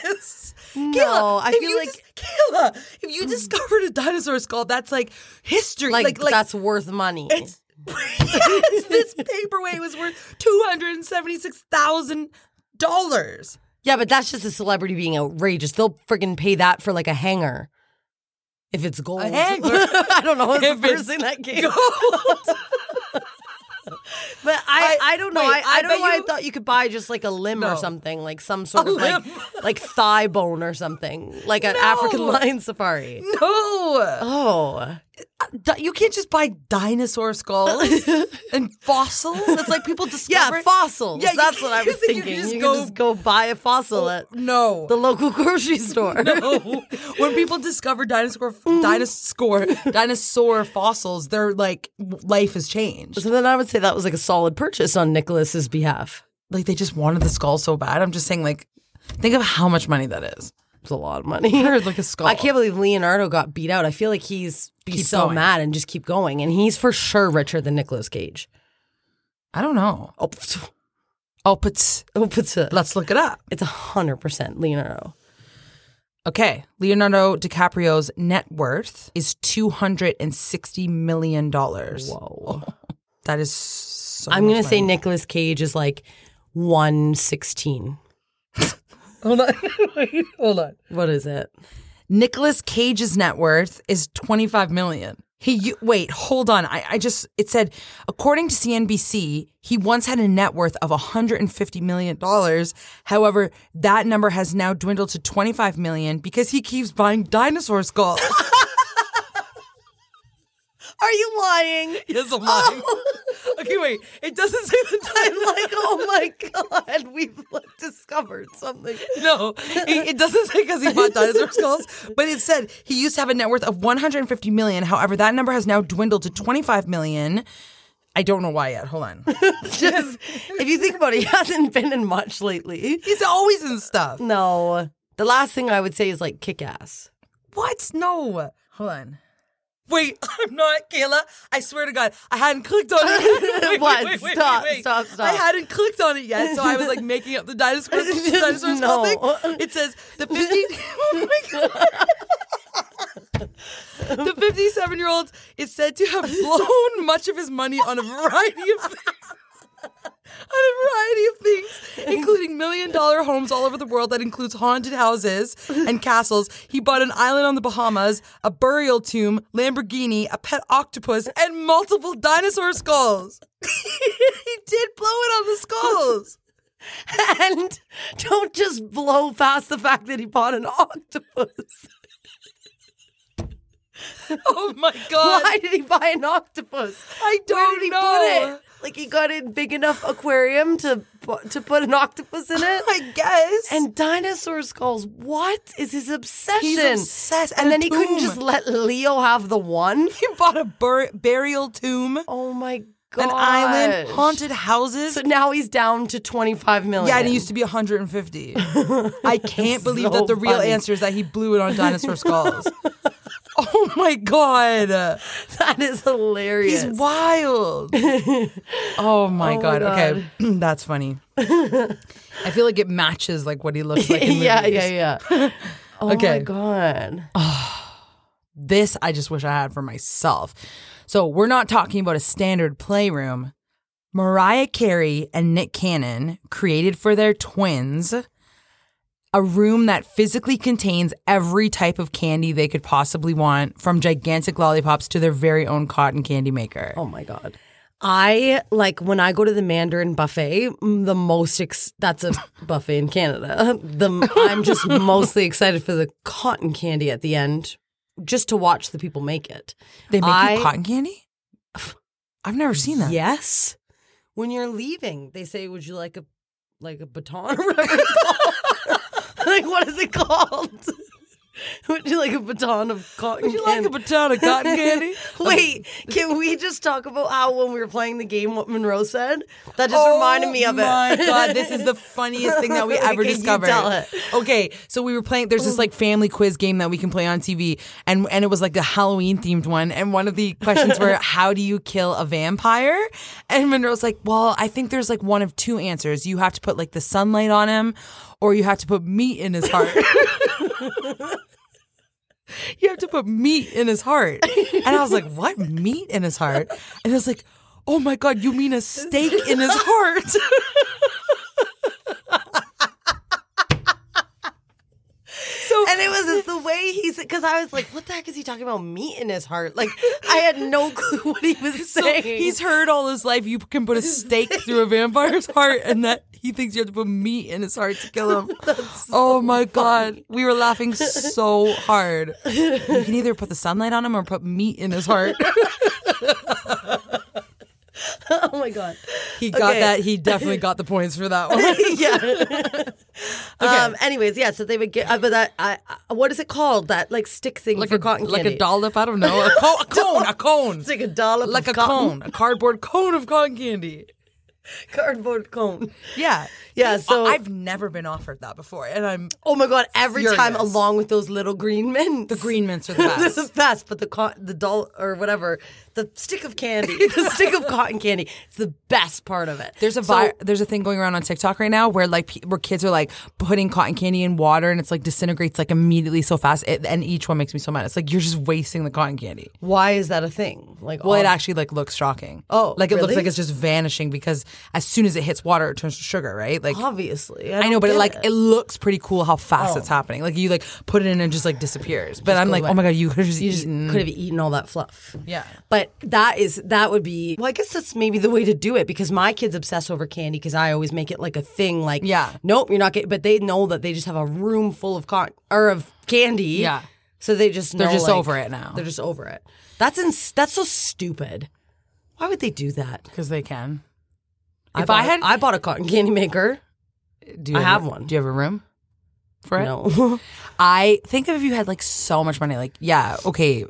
Speaker 3: Yes.
Speaker 4: No,
Speaker 3: Kayla,
Speaker 4: I
Speaker 3: if
Speaker 4: feel
Speaker 3: you
Speaker 4: like- Mm.
Speaker 3: dis- Kayla, if you discovered a dinosaur skull, that's like history.
Speaker 4: Like,
Speaker 3: like, like
Speaker 4: that's worth money.
Speaker 3: It's, yes, this paperweight was worth two hundred and seventy-six thousand dollars.
Speaker 4: Yeah, but that's just a celebrity being outrageous. They'll freaking pay that for like a hanger. If it's gold.
Speaker 3: hanger?
Speaker 4: I don't know. It's
Speaker 3: If
Speaker 4: the
Speaker 3: it's
Speaker 4: first thing that came. but I, I, don't know.
Speaker 3: wait,
Speaker 4: I, I,
Speaker 3: I
Speaker 4: don't
Speaker 3: bet
Speaker 4: know why I
Speaker 3: you-
Speaker 4: thought you could buy just like a limb or
Speaker 3: No.
Speaker 4: something, like some sort
Speaker 3: A
Speaker 4: of like
Speaker 3: limb.
Speaker 4: like thigh bone or something. Like an African
Speaker 3: No.
Speaker 4: lion safari.
Speaker 3: No,
Speaker 4: Oh.
Speaker 3: Di- you can't just buy dinosaur skulls and fossils. It's like people
Speaker 4: Yeah,
Speaker 3: discover.
Speaker 4: fossils.
Speaker 3: Yeah, you
Speaker 4: That's
Speaker 3: can-
Speaker 4: what I was
Speaker 3: you can
Speaker 4: thinking. You can,
Speaker 3: just
Speaker 4: just,
Speaker 3: go- Oh,
Speaker 4: go, buy a fossil at
Speaker 3: no.
Speaker 4: the local grocery store.
Speaker 3: No. Oh, when people discover dinosaur dinosaur dinosaur fossils, their like life has changed.
Speaker 4: So then I would say that was like a solid purchase on Nicholas's behalf.
Speaker 3: Like they just wanted the skull so bad. I'm just saying, like, think of how much money that is.
Speaker 4: It's a lot of money.
Speaker 3: Or like a skull.
Speaker 4: I can't believe Leonardo got beat out. I feel like he's be
Speaker 3: Keep
Speaker 4: so
Speaker 3: going.
Speaker 4: mad and just keep going. And he's for sure richer than Nicolas Cage.
Speaker 3: I don't know.
Speaker 4: Oh, pfft.
Speaker 3: Oh, but
Speaker 4: oh it's a,
Speaker 3: let's look it up.
Speaker 4: it's a hundred percent Leonardo.
Speaker 3: Okay, Leonardo DiCaprio's net worth is two hundred and sixty million dollars.
Speaker 4: Whoa.
Speaker 3: That is so.
Speaker 4: I'm gonna
Speaker 3: much
Speaker 4: say
Speaker 3: money.
Speaker 4: Nicolas Cage is like one sixteen.
Speaker 3: Hold on, hold on.
Speaker 4: What is it?
Speaker 3: Nicholas Cage's net worth is 25 million. He you, wait, hold on. I, I just it said according to CNBC, he once had a net worth of 150 million dollars. However, that number has now dwindled to 25 million because he keeps buying dinosaur skulls.
Speaker 4: Are you lying?
Speaker 3: yes, I'm lying. okay, wait. It doesn't say the
Speaker 4: I'm
Speaker 3: timeline.
Speaker 4: like, oh my god, we've like discovered something.
Speaker 3: No, it, it doesn't say because he bought dinosaur skulls, but it said he used to have a net worth of 150 million. However, that number has now dwindled to 25 million. I don't know why yet. Hold on.
Speaker 4: Just if you think about it, he hasn't been in much lately.
Speaker 3: He's always in stuff.
Speaker 4: Mm. No. The last thing I would say is like kick ass.
Speaker 3: What? No. Hold on. Wait, I'm not Kayla. I swear to God, I hadn't clicked on it.
Speaker 4: What? Stop, stop, stop.
Speaker 3: I hadn't clicked on it yet, so I was like making up the dinosaur, dinosaur
Speaker 4: No.
Speaker 3: skull thing. It says the 15. oh my God. The 57 year old is said to have blown much of his money on a variety of things. On a variety of things, including million dollar homes all over the world that includes haunted houses and castles. He bought an island on the Bahamas, a burial tomb, Lamborghini, a pet octopus, and multiple dinosaur skulls. he did blow it on the skulls.
Speaker 4: And don't just blow past the fact that he bought an octopus.
Speaker 3: Oh my god.
Speaker 4: Why did he buy an octopus?
Speaker 3: I
Speaker 4: Where
Speaker 3: don't
Speaker 4: did he
Speaker 3: know.
Speaker 4: put it? Like he got a big enough aquarium to pu- to put an octopus in it.
Speaker 3: I guess.
Speaker 4: And dinosaur skulls. What is his obsession?
Speaker 3: obsessed,
Speaker 4: And,
Speaker 3: and a
Speaker 4: then he couldn't
Speaker 3: tomb.
Speaker 4: just let Leo have the one.
Speaker 3: he bought a bur- burial tomb.
Speaker 4: Oh my god!
Speaker 3: an island, haunted houses.
Speaker 4: Oh So now he's down to twenty five million.
Speaker 3: yeah, and it used to be 150. I can't believe
Speaker 4: so
Speaker 3: that the real
Speaker 4: funny.
Speaker 3: answer is that he blew it on dinosaur skulls. oh my god,
Speaker 4: That is hilarious.
Speaker 3: he's wild. Oh my, god. okay, that's funny. I feel like it matches like what he looks like. In
Speaker 4: yeah,
Speaker 3: movies.
Speaker 4: yeah, yeah. Oh my
Speaker 3: Okay.
Speaker 4: god.
Speaker 3: This I just wish I had for myself. So we're not talking about a standard playroom. Mariah Carey and Nick Cannon created for their twins a room that physically contains every type of candy they could possibly want, from gigantic lollipops to their very own cotton candy maker.
Speaker 4: Oh my god. I like when I go to the Mandarin buffet, m- the most ex- that's a buffet in Canada. The I'm just mostly excited for the cotton candy at the end just to watch the people make it.
Speaker 3: They make
Speaker 4: I-
Speaker 3: you cotton candy? I've never seen that.
Speaker 4: Yes. When you're leaving, they say, "Would you like a like a baton or whatever it's called?" like what is it called? Would you like a baton of cotton
Speaker 3: Would you like a
Speaker 4: candy?
Speaker 3: baton of cotton candy?
Speaker 4: Wait, can we just talk about how when we were playing the game, what Monroe said? That just reminded me of it.
Speaker 3: Oh my god, this is the funniest thing that we ever
Speaker 4: Okay, you
Speaker 3: discovered.
Speaker 4: tell it.
Speaker 3: Okay, so we were playing. There's this like family quiz game that we can play on TV, and and it was like a Halloween themed one. And one of the questions were, "How do you kill a vampire?" And Monroe's like, "Well, I think there's like one of two answers. You have to put like the sunlight on him." or you have to put meat in his heart. you have to put meat in his heart. And I was like, what? Meat in his heart? And I was like, oh my God, you mean a steak in his heart?
Speaker 4: and it was just the way he's because I was like, what the heck is he talking about? Meat in his heart? Like I had no clue what he was saying.
Speaker 3: He's heard all his life you can put a stake through a vampire's heart and that he thinks you have to put meat in his heart to kill him. oh my god. We were laughing so hard. You can either put the sunlight on him or put meat in his heart.
Speaker 4: oh my god.
Speaker 3: He got
Speaker 4: Okay.
Speaker 3: that. He definitely got the points for that one.
Speaker 4: yeah. Um. Anyways, yeah. So they would get, uh, but that, I, I- what is it called? That like stick thing
Speaker 3: Like
Speaker 4: for
Speaker 3: a
Speaker 4: cotton
Speaker 3: like
Speaker 4: candy.
Speaker 3: a dollop, I don't know. A, co- a cone, a cone.
Speaker 4: It's like a dollop,
Speaker 3: Like
Speaker 4: of
Speaker 3: a
Speaker 4: cotton-
Speaker 3: cone, a cardboard cone of cotton candy.
Speaker 4: cardboard cone.
Speaker 3: Yeah.
Speaker 4: Yeah,
Speaker 3: I-
Speaker 4: so-
Speaker 3: I've never been offered that before and I'm
Speaker 4: Oh my god! Every time,
Speaker 3: Furious.
Speaker 4: along with those little green mints,
Speaker 3: the green mints are the best.
Speaker 4: They're the best, but the co- the doll or whatever, the stick of candy, the stick of cotton candy, it's the best part of it.
Speaker 3: There's a vi- there's a thing going around on TikTok right now where like pe- where kids are like putting cotton candy in water and it's like disintegrates like immediately so fast it, and each one makes me so mad. It's like you're just wasting the cotton candy.
Speaker 4: Why is that a thing? Like,
Speaker 3: Well, it
Speaker 4: all-
Speaker 3: actually like looks shocking.
Speaker 4: Oh,
Speaker 3: like it looks
Speaker 4: really?
Speaker 3: like it's just vanishing because as soon as it hits water, it turns to sugar, right? Like
Speaker 4: obviously, Oh, I,
Speaker 3: I
Speaker 4: don't
Speaker 3: know, but it,
Speaker 4: get
Speaker 3: like it.
Speaker 4: it. Oh.
Speaker 3: looks pretty cool how fast it's happening. Like you like put it in and it just like disappears. But I'm like,
Speaker 4: away.
Speaker 3: oh my god, you could have just
Speaker 4: you just
Speaker 3: eaten.
Speaker 4: could have eaten all that fluff.
Speaker 3: Mm. Yeah.
Speaker 4: But that is that would be well, I guess that's maybe the way to do it because my kids obsess over candy because I always make it like a thing, like
Speaker 3: Yeah.
Speaker 4: nope, you're not getting but they know that they just have a room full of cotton or of candy.
Speaker 3: Yeah.
Speaker 4: So they just
Speaker 3: They're
Speaker 4: know,
Speaker 3: just
Speaker 4: like,
Speaker 3: over it now.
Speaker 4: They're just over it. That's ins- that's so stupid. Why would they do that?
Speaker 3: because they can.
Speaker 4: I
Speaker 3: If I
Speaker 4: bought a-
Speaker 3: had,
Speaker 4: I bought a cotton candy maker.
Speaker 3: do you
Speaker 4: I have
Speaker 3: a-
Speaker 4: one.
Speaker 3: Do you have a room for it?
Speaker 4: No.
Speaker 3: I think if you had like so much money, like, yeah, okay.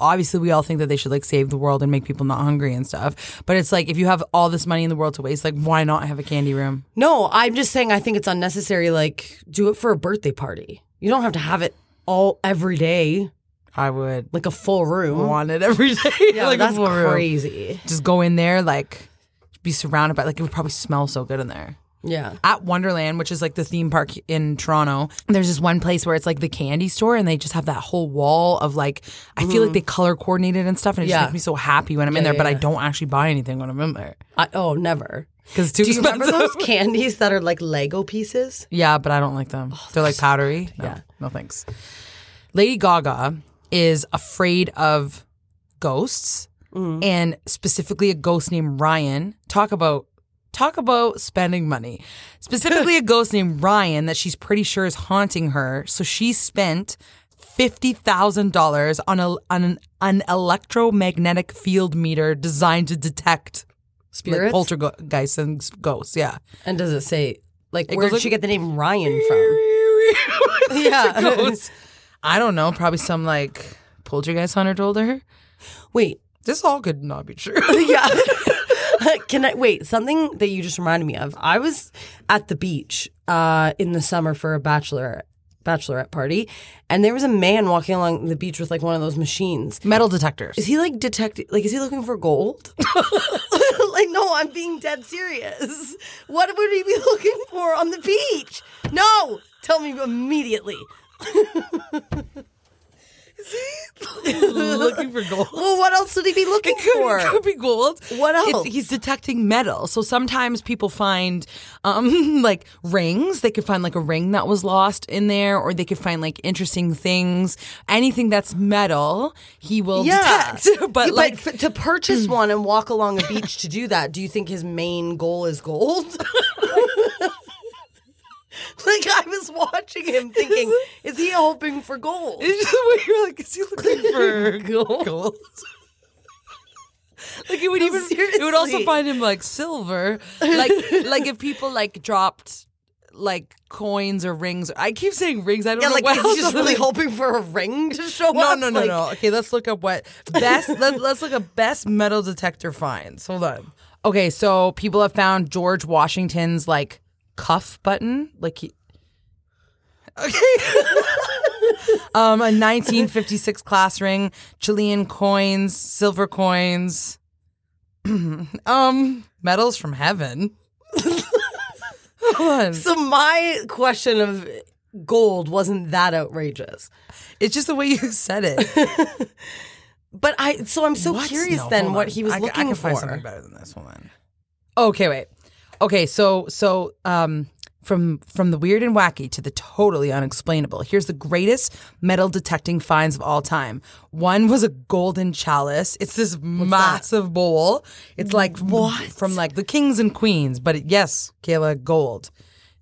Speaker 3: Obviously, we all think that they should like save the world and make people not hungry and stuff. But it's like if you have all this money in the world to waste, like, why not have a candy room?
Speaker 4: No, I'm just saying I think it's unnecessary. Like, do it for a birthday party. You don't have to have it all every day,
Speaker 3: I would
Speaker 4: like a full room.
Speaker 3: want it every day.
Speaker 4: Yeah,
Speaker 3: like, a
Speaker 4: that's
Speaker 3: full room.
Speaker 4: crazy.
Speaker 3: Just go in there, like, be surrounded by, like, it would probably smell so good in there.
Speaker 4: Yeah.
Speaker 3: At Wonderland, which is like the theme park in Toronto, there's this one place where it's like the candy store, and they just have that whole wall of like, I feel like they color coordinated and stuff, and it
Speaker 4: Mm-hmm. Yeah.
Speaker 3: just makes me so happy when I'm in there, but I don't actually buy anything when I'm in there.
Speaker 4: I, oh, never.
Speaker 3: Because too
Speaker 4: Do you remember
Speaker 3: expensive.
Speaker 4: those candies that are like Lego pieces?
Speaker 3: Yeah, but I don't like them. Oh, They're like powdery. No, yeah. No thanks. Lady Gaga is afraid of ghosts and specifically a ghost named Ryan. Talk about talk about spending money. Specifically a ghost named Ryan that she's pretty sure is haunting her. So she spent $50,000 on a on an, an electromagnetic field meter designed to detect
Speaker 4: Spirits?
Speaker 3: like poltergeists and ghosts. Yeah.
Speaker 4: And does it say, like, where
Speaker 3: goes
Speaker 4: did
Speaker 3: like-
Speaker 4: she get the name Ryan from? yeah.
Speaker 3: I don't know. Probably some like poltergeist hunter told her.
Speaker 4: Wait.
Speaker 3: This all could not be true.
Speaker 4: Yeah. Can I wait? Something that you just reminded me of. I was at the beach uh, in the summer for a bachelor bachelorette party, and there was a man walking along the beach with like one of those machines.
Speaker 3: Metal detectors.
Speaker 4: Is he like detecting? Like, is he looking for gold? like, no, I'm being dead serious. What would he be looking for on the beach? No, tell me immediately.
Speaker 3: looking for gold?
Speaker 4: Well, what else would he be looking for?
Speaker 3: Could be gold.
Speaker 4: What
Speaker 3: It's-
Speaker 4: else?
Speaker 3: he's detecting metal. So sometimes people find um like rings. They could find like a ring that was lost in there, or they could find like interesting things. Anything that's metal, he will detect. but
Speaker 4: Yeah,
Speaker 3: like hmm.
Speaker 4: f- to purchase one and walk along a beach to do that, do you think his main goal is gold? like I was watching him thinking, is he hoping for gold?
Speaker 3: It's just when you're like, is he looking for gold? like it would even it would also
Speaker 4: seriously.
Speaker 3: find him like silver. Like like if people like dropped like coins or rings. I keep saying rings. I don't
Speaker 4: Yeah,
Speaker 3: know
Speaker 4: like
Speaker 3: what
Speaker 4: is
Speaker 3: else
Speaker 4: he just
Speaker 3: other
Speaker 4: really
Speaker 3: than-
Speaker 4: hoping for a ring to show
Speaker 3: No,
Speaker 4: up?
Speaker 3: no, no,
Speaker 4: Like,
Speaker 3: no. Okay, let's look at what best. let, let's look at best metal detector finds. Hold on. Okay, so people have found George Washington's like cuff button, like he. Okay. um, a 1956 class ring, Chilean coins, silver coins, um, medals from heaven. one.
Speaker 4: So my question of gold wasn't that outrageous.
Speaker 3: It's just the way you said it.
Speaker 4: But I so I'm so
Speaker 3: What?
Speaker 4: curious
Speaker 3: No,
Speaker 4: then
Speaker 3: hold
Speaker 4: what
Speaker 3: on.
Speaker 4: he was
Speaker 3: I, ca-
Speaker 4: looking
Speaker 3: I can
Speaker 4: for.
Speaker 3: find something better than this. Hold on. Okay, wait. Okay, so so um from from the weird and wacky to the totally unexplainable. Here's the greatest metal detecting finds of all time. One was a golden chalice. It's this massive bowl. It's like from, from like the kings and queens, but it, yes, Kayla, gold.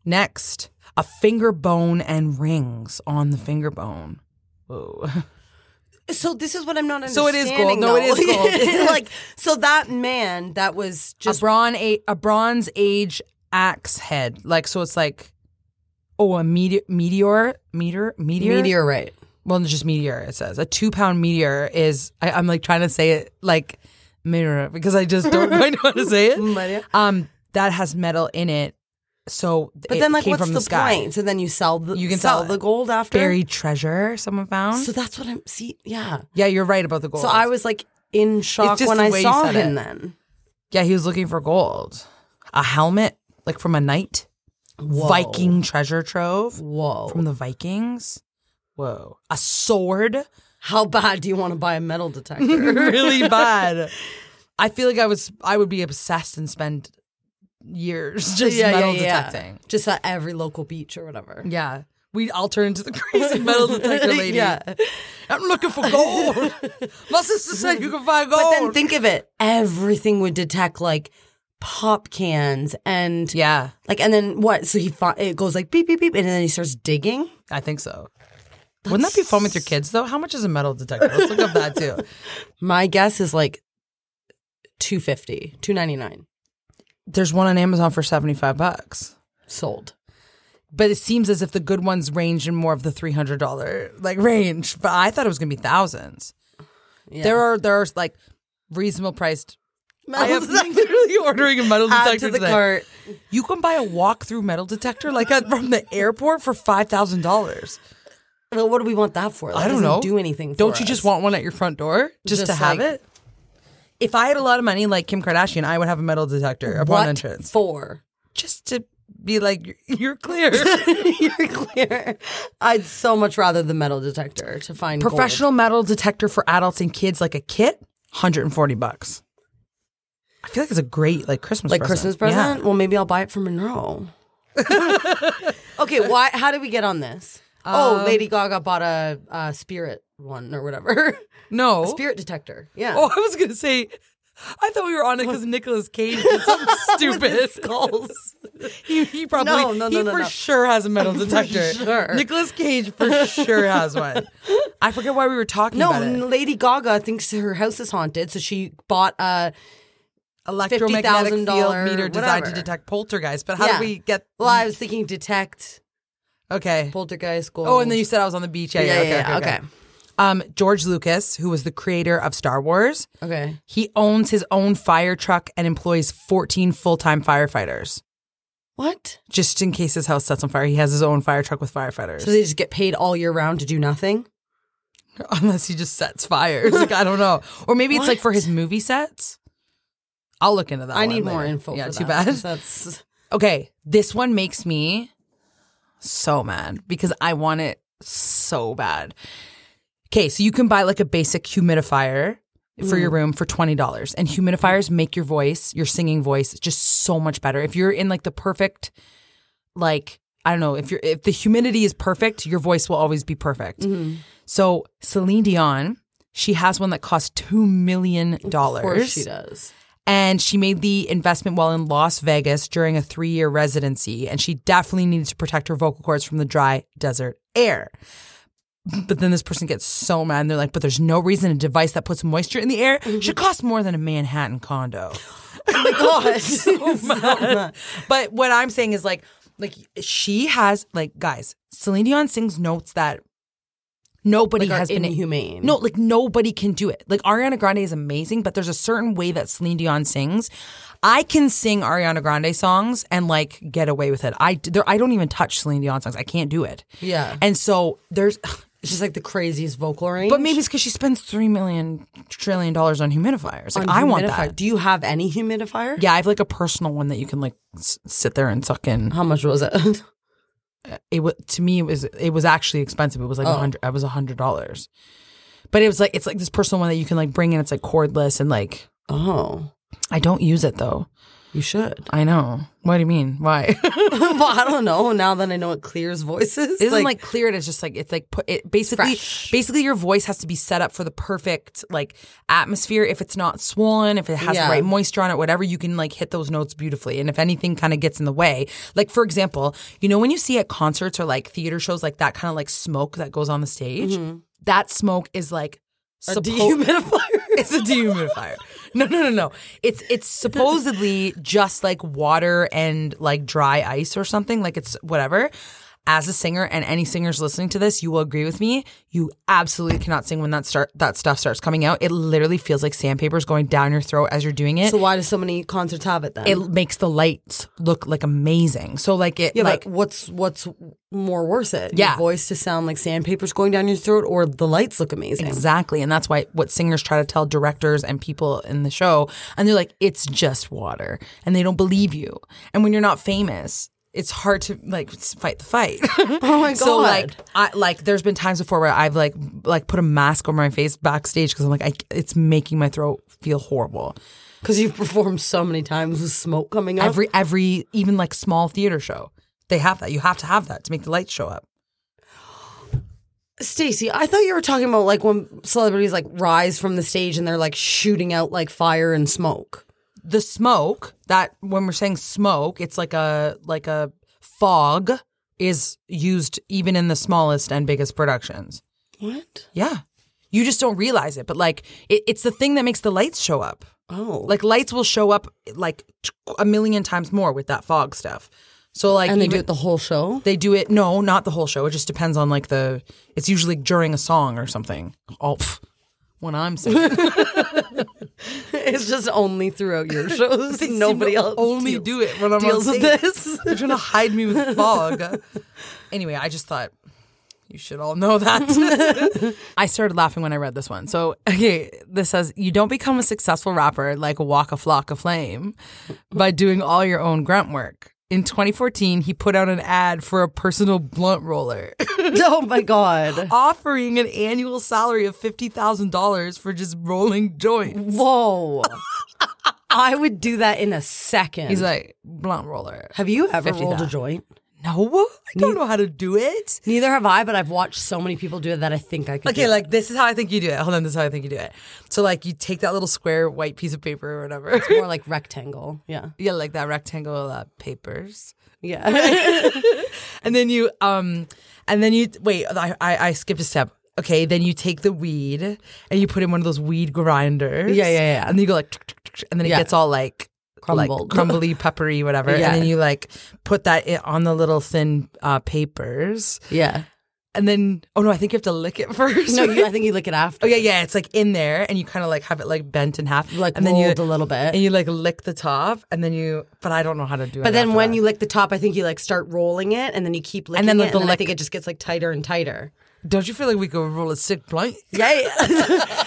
Speaker 3: Next, a finger bone and rings on the finger bone. Whoa.
Speaker 4: So this is what I'm not
Speaker 3: So it
Speaker 4: understanding.
Speaker 3: is gold. No, it
Speaker 4: though.
Speaker 3: is gold.
Speaker 4: like so that man that was
Speaker 3: a
Speaker 4: just
Speaker 3: bronze a, a bronze age axe head. Like so, it's like oh a meteor meteor meteor meteor
Speaker 4: meteorite.
Speaker 3: Well, just meteor. It says a two pound meteor is. I, I'm like trying to say it like meteor because I just don't quite know how to say
Speaker 4: Meteor.
Speaker 3: it. Um, that has metal in it. So
Speaker 4: But then like
Speaker 3: came
Speaker 4: what's
Speaker 3: from
Speaker 4: the,
Speaker 3: sky.
Speaker 4: point? So then you sell the
Speaker 3: You can
Speaker 4: sell,
Speaker 3: sell it.
Speaker 4: the gold after.
Speaker 3: Buried treasure someone found.
Speaker 4: So that's what I'm see yeah.
Speaker 3: yeah, you're right about the gold.
Speaker 4: So I was like in shock
Speaker 3: just
Speaker 4: when
Speaker 3: the
Speaker 4: I
Speaker 3: way you
Speaker 4: saw
Speaker 3: said
Speaker 4: him
Speaker 3: it.
Speaker 4: then.
Speaker 3: Yeah, he was looking for gold. A helmet, like from a knight. Viking treasure trove.
Speaker 4: Whoa.
Speaker 3: From the Vikings. Whoa. A sword.
Speaker 4: How bad do you want to buy a metal detector?
Speaker 3: Really bad. I feel like I was I would be obsessed and spend years just metal detecting.
Speaker 4: Just at every local beach or whatever.
Speaker 3: Yeah. We all turn into the crazy metal detector lady.
Speaker 4: Yeah.
Speaker 3: I'm looking for gold. My sister said you can find gold.
Speaker 4: But then think of it. Everything would detect like pop cans and
Speaker 3: yeah,
Speaker 4: like and then what? So he fi- it goes like beep beep beep and then he starts digging.
Speaker 3: I think so. Wouldn't that be fun with your kids though? How much is a metal detector? Let's look up that too.
Speaker 4: My guess is like 250, 299
Speaker 3: there's one on Amazon for 75 bucks.
Speaker 4: sold.
Speaker 3: But it seems as if the good ones range in more of the $300 like range, but I thought it was going to be thousands. There are there are like reasonable priced I am literally ordering a metal
Speaker 4: Add
Speaker 3: detector
Speaker 4: to the
Speaker 3: today.
Speaker 4: cart.
Speaker 3: You can buy a walk-through metal detector like at, from the airport for five thousand dollars.
Speaker 4: Well, what do we want that for? That
Speaker 3: I don't
Speaker 4: doesn't
Speaker 3: know.
Speaker 4: Do anything?
Speaker 3: Don't
Speaker 4: for
Speaker 3: you
Speaker 4: us.
Speaker 3: just want one at your front door just,
Speaker 4: Just
Speaker 3: to have
Speaker 4: like-
Speaker 3: it? If I had a lot of money like Kim Kardashian, I would have a metal detector upon
Speaker 4: what
Speaker 3: entrance
Speaker 4: for?
Speaker 3: just to be like "You're- you're clear.
Speaker 4: You're clear. I'd so much rather the metal detector to find gold.
Speaker 3: Professional metal detector for adults and kids, like a kit, 140 bucks. I feel like it's a great like Christmas
Speaker 4: like
Speaker 3: present.
Speaker 4: Christmas
Speaker 3: Yeah.
Speaker 4: present. Well, maybe I'll buy it for Monroe. okay, why? How did we get on this?
Speaker 3: Um,
Speaker 4: oh, Lady Gaga bought a, uh spirit one or whatever,
Speaker 3: No.
Speaker 4: spirit detector. Yeah.
Speaker 3: Oh, I was gonna say, I thought we were on it because Nicolas Cage did something stupid. Skulls. he, he probably
Speaker 4: No, no, no,
Speaker 3: he
Speaker 4: no,
Speaker 3: for
Speaker 4: no.
Speaker 3: sure has a metal detector.
Speaker 4: sure.
Speaker 3: Nicolas Cage for sure has one. I forget why we were talking
Speaker 4: no,
Speaker 3: about it.
Speaker 4: Lady Gaga thinks her house is haunted, so she bought a.
Speaker 3: Electromagnetic field
Speaker 4: $50,000
Speaker 3: meter designed to
Speaker 4: whatever.
Speaker 3: detect poltergeist. But how
Speaker 4: Yeah.
Speaker 3: do we get?
Speaker 4: Well, I was thinking detect
Speaker 3: Okay.
Speaker 4: poltergeist gold.
Speaker 3: Oh, and then you said I was on the beach. Yeah, yeah,
Speaker 4: yeah,
Speaker 3: okay,
Speaker 4: yeah, yeah,
Speaker 3: okay, okay. Um, George Lucas, who was the creator of Star Wars,
Speaker 4: okay.
Speaker 3: he owns his own fire truck and employs 14 full time firefighters.
Speaker 4: What?
Speaker 3: Just in case his house sets on fire, he has his own fire truck with firefighters.
Speaker 4: So they just get paid all year round to do nothing?
Speaker 3: Unless he just sets fires. Like, I don't know. Or maybe it's like for his movie sets. I'll look into that.
Speaker 4: I
Speaker 3: one
Speaker 4: need more
Speaker 3: Oh, later.
Speaker 4: info.
Speaker 3: Yeah,
Speaker 4: for
Speaker 3: too
Speaker 4: that,
Speaker 3: bad.
Speaker 4: 'cause That's
Speaker 3: Okay, this one makes me so mad because I want it so bad. Okay, so you can buy like a basic humidifier for
Speaker 4: Mm.
Speaker 3: your room for $20 and humidifiers make your voice, your singing voice just so much better. If you're in like the perfect like I don't know, if you're if the humidity is perfect, your voice will always be perfect.
Speaker 4: Mm-hmm.
Speaker 3: So, Celine Dion, she has one that costs 2 million dollars
Speaker 4: of course she does.
Speaker 3: and she made the investment while in Las Vegas during a three year residency. And she definitely needed to protect her vocal cords from the dry desert air. But then this person gets so mad and they're like, but there's no reason a device that puts moisture in the air
Speaker 4: Mm-hmm.
Speaker 3: should cost more than a Manhattan condo.
Speaker 4: God.
Speaker 3: Oh But what I'm saying is like, like she has like guys, Celine Dion sings notes that nobody
Speaker 4: Like are
Speaker 3: has been
Speaker 4: inhumane.
Speaker 3: No, like nobody can do it. Like Ariana Grande is amazing, but there's a certain way that Celine Dion sings. I can sing Ariana Grande songs and like get away with it. I there, I don't even touch Celine Dion songs. I can't do it.
Speaker 4: Yeah.
Speaker 3: And so there's
Speaker 4: It's just like the craziest vocal range.
Speaker 3: But maybe it's because she spends three million trillion dollars on humidifiers.
Speaker 4: On
Speaker 3: Like I want
Speaker 4: humidifier-
Speaker 3: that.
Speaker 4: Do you have any humidifier?
Speaker 3: Yeah, I have like a personal one that you can like s- sit there and suck in.
Speaker 4: How much was it?
Speaker 3: It was to me it was it was actually expensive. It was like a hundred. I was a hundred dollars, but it was like it's like this personal one that you can like bring in. It's like cordless and like
Speaker 4: oh,
Speaker 3: I don't use it though.
Speaker 4: you should.
Speaker 3: I know. What do you mean? Why?
Speaker 4: well, I don't know. Now that I know it clears voices,
Speaker 3: It isn't like, cleared. It's just like it's like put it basically
Speaker 4: Fresh.
Speaker 3: basically your voice has to be set up for the perfect like atmosphere. If it's not swollen, if it has
Speaker 4: Yeah.
Speaker 3: the right moisture on it, whatever, you can like hit those notes beautifully. And if anything kind of gets in the way, like for example, you know when you see at concerts or like theater shows like that kind of like smoke that goes on the stage, that smoke is like suppo-
Speaker 4: dehumidifier.
Speaker 3: it's a dehumidifier. No, no, no, no. It's it's supposedly just like water and like dry ice or something. Like it's whatever. As a singer and any singers listening to this, you will agree with me. You absolutely cannot sing when that start that stuff starts coming out. It literally feels like sandpaper is going down your throat as you're doing it.
Speaker 4: so why do so many concerts have it then?
Speaker 3: it makes the lights look like amazing. So like it
Speaker 4: yeah,
Speaker 3: like
Speaker 4: but what's what's more worth it?
Speaker 3: Yeah.
Speaker 4: Your voice to sound like sandpaper's going down your throat, or the lights look amazing.
Speaker 3: Exactly. And that's why what singers try to tell directors and people in the show. And they're like, it's just water. And they don't believe you. And when you're not famous, it's hard to like s- fight the fight.
Speaker 4: Oh my god!
Speaker 3: So like, I like there's been times before where I've like like put a mask over my face backstage because I'm like, I, it's making my throat feel horrible.
Speaker 4: because you've performed so many times with smoke coming up.
Speaker 3: Every every even like small theater show, they have that. You have to have that to make the lights show up.
Speaker 4: Stacey, I thought you were talking about like when celebrities like rise from the stage and they're like shooting out like fire and smoke.
Speaker 3: The smoke that when we're saying smoke, it's like a like a fog is used even in the smallest and biggest productions.
Speaker 4: What?
Speaker 3: Yeah. You just don't realize it, but like it, it's the thing that makes the lights show up.
Speaker 4: Oh,
Speaker 3: Like lights will show up like t- a million times more with that fog stuff. So like
Speaker 4: and they do
Speaker 3: even-
Speaker 4: it the whole show.
Speaker 3: they do it no, not the whole show. It just depends on like the it's usually during a song or something. Oh, pff, when I'm singing.
Speaker 4: It's just only throughout your shows.
Speaker 3: They seem
Speaker 4: Nobody
Speaker 3: to
Speaker 4: else
Speaker 3: only
Speaker 4: deals,
Speaker 3: do it when I'm
Speaker 4: deals
Speaker 3: on
Speaker 4: with
Speaker 3: stage.
Speaker 4: this.
Speaker 3: They're trying to hide me with fog. anyway, I just thought you should all know that. I started laughing when I read this one. So, okay, this says you don't become a successful rapper like Walk a Flock of Flame by doing all your own grunt work. In 2014, he put out an ad for a personal blunt roller,
Speaker 4: oh my god!
Speaker 3: offering an annual salary of $50,000 for just rolling joints.
Speaker 4: Whoa! I would do that in a second.
Speaker 3: He's like, blunt roller.
Speaker 4: "Have you ever rolled a
Speaker 3: 50,000.
Speaker 4: joint?"
Speaker 3: No, I don't know how to do it.
Speaker 4: Neither have I, but I've watched so many people do it that I think I could.
Speaker 3: Okay,
Speaker 4: do it.
Speaker 3: like this is how I think you do it. Hold on, this is how I think you do it. So like you take that little square white piece of paper or whatever.
Speaker 4: more like rectangle. Yeah,
Speaker 3: yeah, like that rectangle uh, papers.
Speaker 4: yeah.
Speaker 3: And then you um and then you wait, I, I I skipped a step. Okay, then you take the weed and you put in one of those weed grinders.
Speaker 4: Yeah, yeah, yeah.
Speaker 3: And then you go like tsk, tsk, tsk, and then it
Speaker 4: Yeah.
Speaker 3: gets all like like,
Speaker 4: Crumbled.
Speaker 3: crumbly, peppery, whatever.
Speaker 4: Yeah.
Speaker 3: And then you like put that i- on the little thin uh, papers.
Speaker 4: yeah.
Speaker 3: And then oh no, I think you have to lick it first.
Speaker 4: No,
Speaker 3: right?
Speaker 4: you, I think you lick it after.
Speaker 3: Oh yeah, yeah. It's like in there, and you kind of like have it like bent in half,
Speaker 4: Like
Speaker 3: and
Speaker 4: rolled
Speaker 3: then you
Speaker 4: a little bit.
Speaker 3: and you like lick the top, and then you. But I don't know how to do it.
Speaker 4: But then
Speaker 3: after
Speaker 4: when
Speaker 3: that.
Speaker 4: you lick the top, I think you like start rolling it, and then you keep licking
Speaker 3: then,
Speaker 4: it,
Speaker 3: like, the
Speaker 4: and then I
Speaker 3: lick-
Speaker 4: think it just gets like tighter and tighter.
Speaker 3: don't you feel like we could roll a sick blunt?
Speaker 4: Yeah.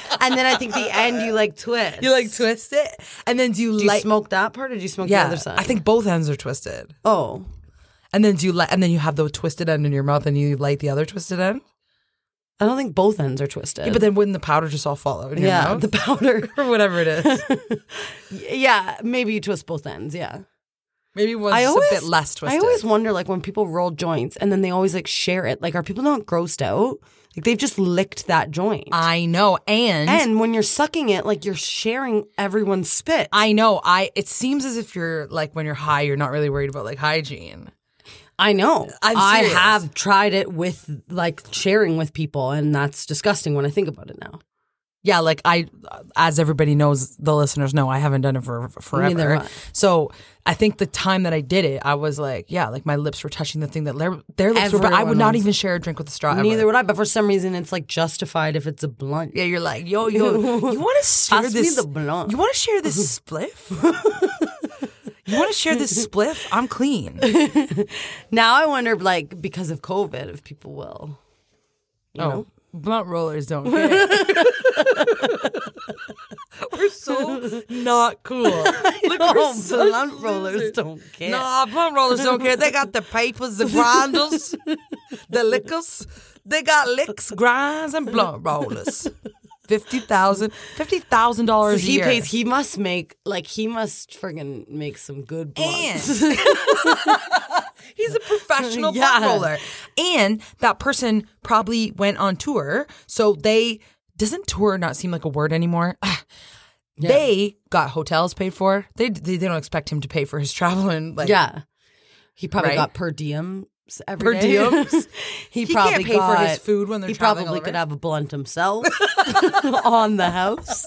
Speaker 4: and then I think the end you like twist.
Speaker 3: You like twist it, and then do you
Speaker 4: Do you
Speaker 3: like
Speaker 4: smoke that part, or do you smoke
Speaker 3: yeah?
Speaker 4: the other side?
Speaker 3: I think both ends are twisted,
Speaker 4: Oh,
Speaker 3: and then do you like and then you have the twisted end in your mouth, and you light the other twisted end.
Speaker 4: I don't think both ends are twisted.
Speaker 3: Yeah, but then wouldn't the powder just all fall out? In
Speaker 4: yeah,
Speaker 3: your mouth?
Speaker 4: the powder.
Speaker 3: or whatever it is.
Speaker 4: yeah, maybe you twist both ends. Yeah.
Speaker 3: Maybe one's
Speaker 4: I
Speaker 3: just
Speaker 4: always
Speaker 3: a bit less twisted.
Speaker 4: I always wonder, like when people roll joints and then they always like share it. Like, are people not grossed out? Like they've just licked that joint.
Speaker 3: I know,
Speaker 4: and when you're sucking it, like you're sharing everyone's spit.
Speaker 3: I know. I it seems as if you're like when you're high, you're not really worried about like hygiene.
Speaker 4: I know.
Speaker 3: I'm
Speaker 4: I
Speaker 3: serious.
Speaker 4: have tried it with like sharing with people, and that's disgusting when I think about it now.
Speaker 3: Yeah, like I, as everybody knows, the listeners know, I haven't done it for
Speaker 4: Neither
Speaker 3: forever.
Speaker 4: have I.
Speaker 3: So I think the time that I did it, I was like, yeah, like my lips were touching the thing that their, their lips were. But I
Speaker 4: Everyone
Speaker 3: would not
Speaker 4: was.
Speaker 3: even share a drink with a straw. ever.
Speaker 4: Neither would I, but for some reason, it's like justified if it's a blunt.
Speaker 3: Yeah, you're like, yo, yo, you want to share
Speaker 4: Pass me
Speaker 3: this?
Speaker 4: the blunt.
Speaker 3: You want to share this spliff? you want to share this spliff? I'm clean.
Speaker 4: Now I wonder, like, because of COVID, if people will. you know?
Speaker 3: Oh. Blunt rollers don't get
Speaker 6: We're so not cool. Look,
Speaker 3: Oh,
Speaker 6: we're such
Speaker 3: blunt rollers
Speaker 6: losers.
Speaker 3: don't care.
Speaker 6: Nah, blunt rollers don't care. They got the papers, the grinders, the lickers. They got licks, grinds, and blunt rollers. Fifty thousand, fifty thousand dollars a
Speaker 4: he
Speaker 6: year.
Speaker 4: pays. He must make like he must friggin' make some good blunts.
Speaker 6: He's a professional
Speaker 4: Yeah.
Speaker 6: blunt roller,
Speaker 3: And that person probably went on tour, so they doesn't tour not seem like a word anymore. Ah. They got hotels paid for. They, they they don't expect him to pay for his travel and like
Speaker 4: yeah, he probably
Speaker 3: Right?
Speaker 4: got per diems every
Speaker 3: Per
Speaker 4: day.
Speaker 3: diems?
Speaker 4: he,
Speaker 3: He
Speaker 4: probably
Speaker 3: can't pay for his
Speaker 4: got-
Speaker 3: food when they're
Speaker 4: He
Speaker 3: traveling
Speaker 4: probably
Speaker 3: all
Speaker 4: could
Speaker 3: over.
Speaker 4: have a blunt himself on the house.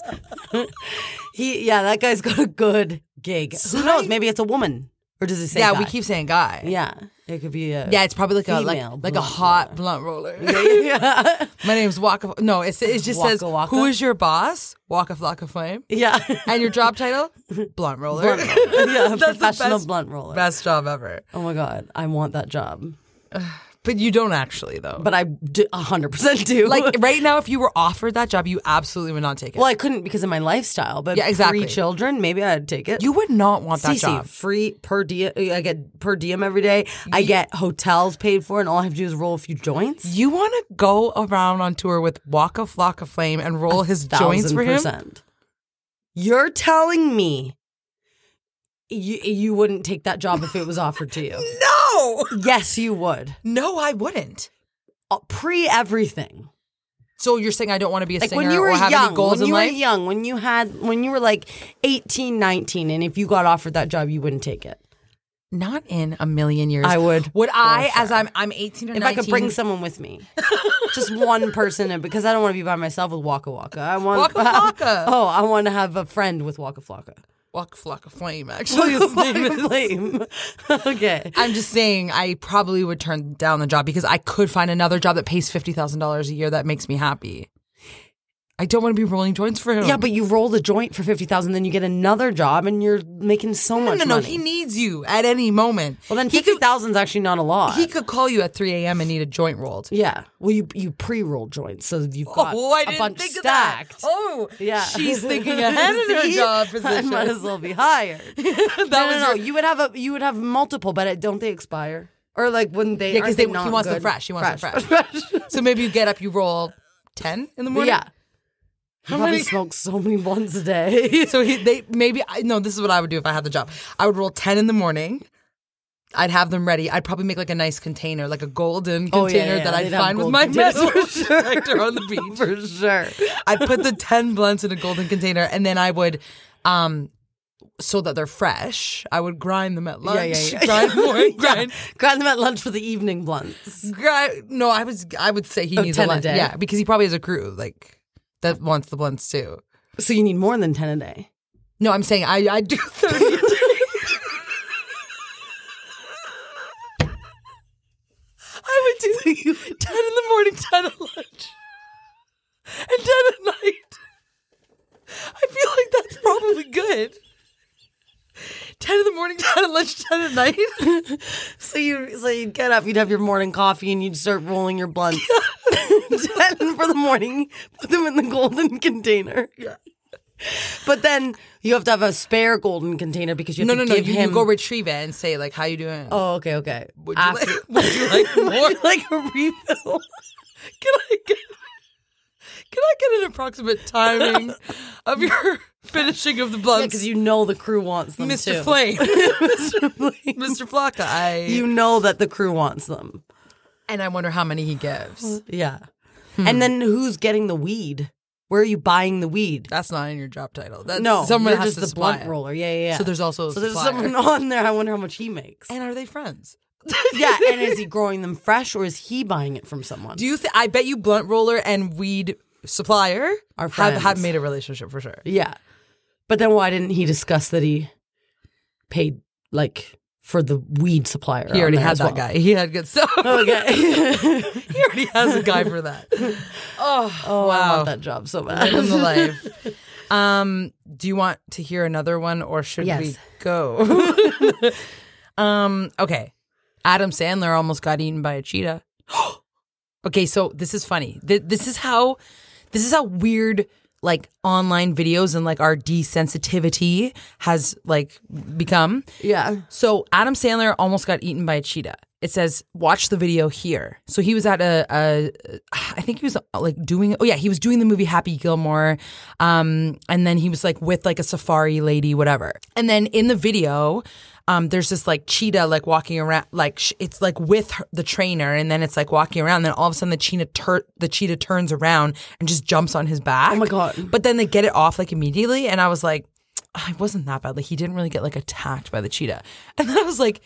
Speaker 4: he yeah, that guy's got a good gig. Who knows? Maybe it's a woman, or does he say?
Speaker 3: yeah.
Speaker 4: guy?
Speaker 3: We keep saying guy.
Speaker 4: Yeah, it could be a
Speaker 3: Yeah, it's probably like a like,
Speaker 4: Female
Speaker 3: like a
Speaker 4: blunt
Speaker 3: hot blunt roller.
Speaker 4: yeah
Speaker 3: My name's Waka. No, it's, it just
Speaker 4: Waka
Speaker 3: says
Speaker 4: Waka?
Speaker 3: who is your boss? Waka Flocka Flame.
Speaker 4: yeah.
Speaker 3: And your job title? Blunt roller.
Speaker 4: yeah, professional
Speaker 3: best-
Speaker 4: blunt roller.
Speaker 3: Best job ever.
Speaker 4: Oh my god, I want that job,
Speaker 3: But you don't actually though.
Speaker 4: but I d- a hundred percent do.
Speaker 3: like right now, if you were offered that job, you absolutely would not take it.
Speaker 4: well, I couldn't because of my lifestyle, but
Speaker 3: Yeah, exactly.
Speaker 4: Free children, maybe I'd take it.
Speaker 3: you would not want that
Speaker 4: Cece,
Speaker 3: job.
Speaker 4: free per diem. I get per diem every day. I get hotels paid for, and all I have to do is roll a few joints.
Speaker 3: You want to go around on tour with Waka Flocka Flame and roll his joints
Speaker 4: Thousand
Speaker 3: for him?
Speaker 4: percent. You're telling me you you wouldn't take that job if it was offered to you?
Speaker 3: No,
Speaker 4: yes, you would.
Speaker 3: no, I wouldn't.
Speaker 4: Uh, Pre everything.
Speaker 3: So you're saying I don't want to be a
Speaker 4: like
Speaker 3: singer
Speaker 4: when you were
Speaker 3: or have
Speaker 4: young
Speaker 3: any goals
Speaker 4: when you
Speaker 3: in
Speaker 4: were
Speaker 3: life?
Speaker 4: young when you had when you were like 18 19 and if you got offered that job you wouldn't take it
Speaker 3: Not in a million years.
Speaker 4: I would,
Speaker 3: Would
Speaker 4: for
Speaker 3: I?
Speaker 4: sure.
Speaker 3: As I'm, I'm 18 or
Speaker 4: if
Speaker 3: 19.
Speaker 4: i could bring someone with me just one person and because i don't want to be by myself with waka waka i want
Speaker 3: Waka Flocka.
Speaker 4: oh i want to have a friend with waka flocka
Speaker 3: Waka Flocka Flame. Actually, his name is.
Speaker 4: Lame. okay
Speaker 3: I'm just saying, I probably would turn down the job because I could find another job that pays fifty thousand dollars a year that makes me happy. I don't want to be rolling joints for him.
Speaker 4: yeah but you roll the joint for 50000 then you get another job and you're making so
Speaker 3: no,
Speaker 4: much
Speaker 3: no, no.
Speaker 4: money
Speaker 3: He needs you at any moment.
Speaker 4: well then
Speaker 3: he could,
Speaker 4: 50000 is actually not a lot
Speaker 3: he could call you at three a.m. and need a joint rolled.
Speaker 4: yeah well you you pre-roll joints so you've got
Speaker 3: Oh, I
Speaker 4: a
Speaker 3: didn't
Speaker 4: bunch
Speaker 3: think
Speaker 4: stacked
Speaker 3: of that. Oh,
Speaker 4: Yeah.
Speaker 3: she's thinking ahead of her
Speaker 4: See?
Speaker 3: job
Speaker 4: I
Speaker 3: position.
Speaker 4: might as well be hired. no, no, no. You would have a you would have multiple, but it, don't they expire? Or like wouldn't they?
Speaker 3: Yeah,
Speaker 4: aren't
Speaker 3: because they,
Speaker 4: they not
Speaker 3: he wants them
Speaker 4: good?
Speaker 3: fresh. He wants them fresh. so maybe you get up, you roll ten in the morning.
Speaker 4: yeah. How probably smokes so many ones a day.
Speaker 3: So he, they maybe I no. This is what I would do if I had the job. I would roll ten in the morning. I'd have them ready. I'd probably make like a nice container, like a golden
Speaker 4: Oh, yeah,
Speaker 3: container
Speaker 4: yeah,
Speaker 3: that
Speaker 4: yeah.
Speaker 3: I'd
Speaker 4: They'd have
Speaker 3: find with
Speaker 4: gold
Speaker 3: my
Speaker 4: containers
Speaker 3: metal
Speaker 4: for sure.
Speaker 3: detector on the beach.
Speaker 4: For sure.
Speaker 3: I'd put the ten blunts in a golden container, and then I would, um, so that they're fresh. I would grind them at
Speaker 4: Yeah, yeah,
Speaker 3: lunch.
Speaker 4: yeah.
Speaker 3: Grind more. Grind.
Speaker 4: Grab them at lunch for the evening blunts.
Speaker 3: Grind. No, I was. I would say he
Speaker 4: Oh,
Speaker 3: needs
Speaker 4: 10 a
Speaker 3: lunch.
Speaker 4: day.
Speaker 3: Yeah, because he probably has a crew like that wants the blunts too.
Speaker 4: So you need more than ten a day.
Speaker 3: No, I'm saying I I do thirty. a day.
Speaker 6: I would do ten in the morning, ten at lunch, and ten at night. I feel like that's probably good. Ten in the morning, ten at lunch, ten at night.
Speaker 4: So you so you'd get up, you'd have your morning coffee, and you'd start rolling your blunts. Ten for the morning, put them in the golden container. Yeah. But then you have to have a spare golden container because you have
Speaker 3: No, no,
Speaker 4: to
Speaker 3: no.
Speaker 4: give
Speaker 3: You,
Speaker 4: him.
Speaker 3: you go retrieve it and say like, "How you doing?"
Speaker 4: oh, okay, okay.
Speaker 3: would, you like, would you like more?
Speaker 4: like a refill.
Speaker 3: can I get can I get an approximate timing of your finishing of the blunts,
Speaker 4: Because you know the crew wants them
Speaker 3: Mr.
Speaker 4: too.
Speaker 3: Flame,
Speaker 4: Mr. Flake.
Speaker 3: Mr. Flocka? I
Speaker 4: You know that the crew wants them.
Speaker 3: and I wonder how many he gives.
Speaker 4: Yeah.
Speaker 3: Hmm.
Speaker 4: And then who's getting the weed? Where are you buying the weed?
Speaker 3: That's not in your job title. That's
Speaker 4: no,
Speaker 3: someone
Speaker 4: you're
Speaker 3: has
Speaker 4: just
Speaker 3: to
Speaker 4: the
Speaker 3: supply
Speaker 4: blunt
Speaker 3: it.
Speaker 4: roller. Yeah, yeah, yeah.
Speaker 3: So there's also a
Speaker 4: so there's
Speaker 3: supplier.
Speaker 4: someone on there. I wonder how much he makes.
Speaker 3: And are they friends?
Speaker 4: yeah, and is he growing them fresh or is he buying it from someone?
Speaker 3: Do you? Th- I bet you blunt roller and weed supplier
Speaker 4: Are
Speaker 3: have, have
Speaker 4: friends.
Speaker 3: made a relationship for sure.
Speaker 4: yeah, but then why didn't he discuss that he paid like for the weed supplier?
Speaker 3: He
Speaker 4: on
Speaker 3: already
Speaker 4: there
Speaker 3: had
Speaker 4: as
Speaker 3: that
Speaker 4: well?
Speaker 3: guy. He had good stuff.
Speaker 4: Okay.
Speaker 3: he already has a guy for that.
Speaker 4: oh, I
Speaker 3: Wow.
Speaker 4: want that job so
Speaker 3: in the
Speaker 4: bad.
Speaker 3: life. Um, do you want to hear another one or should we
Speaker 4: Yes.
Speaker 3: go? um, okay. Adam Sandler almost got eaten by a cheetah. Okay, so this is funny. Th- This is how this is how weird like online videos and like our desensitivity has like become.
Speaker 4: Yeah.
Speaker 3: So Adam Sandler almost got eaten by a cheetah. It says, "Watch the video here." So he was at a, a I think he was uh, like doing. Oh yeah, he was doing the movie Happy Gilmore, um, and then he was like with like a safari lady, whatever. And then in the video, um, there's this like cheetah like walking around, like sh- it's like with her, the trainer, and then it's like walking around. then all of a sudden, the cheetah tur- the cheetah turns around and just jumps on his back. Oh
Speaker 4: my God.
Speaker 3: But then they get it off like immediately, and I was like, I wasn't that bad. Like he didn't really get like attacked by the cheetah. And then I was like,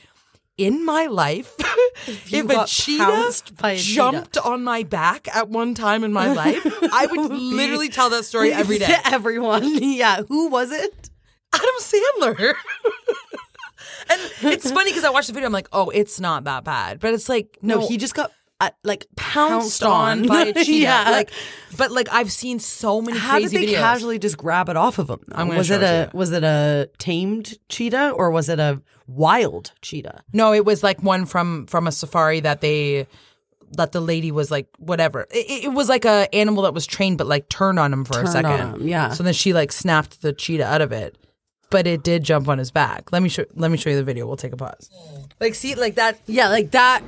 Speaker 3: in my life, if,
Speaker 4: you
Speaker 3: a
Speaker 4: got
Speaker 3: cheetah
Speaker 4: pounced by a cheetah.
Speaker 3: jumped on my back at one time in my life, I would literally tell that story every day.
Speaker 4: To everyone. Yeah. Who was it?
Speaker 3: Adam Sandler. and it's funny because I watched the video. I'm like, oh, it's not that bad, but it's like, no,
Speaker 4: No, he just got uh, like
Speaker 3: pounced on by a cheetah.
Speaker 4: yeah.
Speaker 3: Like, but like I've seen so many
Speaker 4: How did
Speaker 3: crazy
Speaker 4: they
Speaker 3: videos.
Speaker 4: casually just grab it off of him? though?
Speaker 3: I'm gonna
Speaker 4: was
Speaker 3: show
Speaker 4: it
Speaker 3: it to
Speaker 4: a was it a tamed cheetah or was it a wild cheetah?
Speaker 3: No, it was like one from from a safari that they that the lady was like whatever. It- It, it was like a animal that was trained, but like turned on him for a
Speaker 4: Turned
Speaker 3: second.
Speaker 4: on him, yeah.
Speaker 3: So then she like snapped the cheetah out of it, but it did jump on his back. Let me show. Let me show you the video. We'll take a pause. Like see, like that.
Speaker 4: Yeah, like that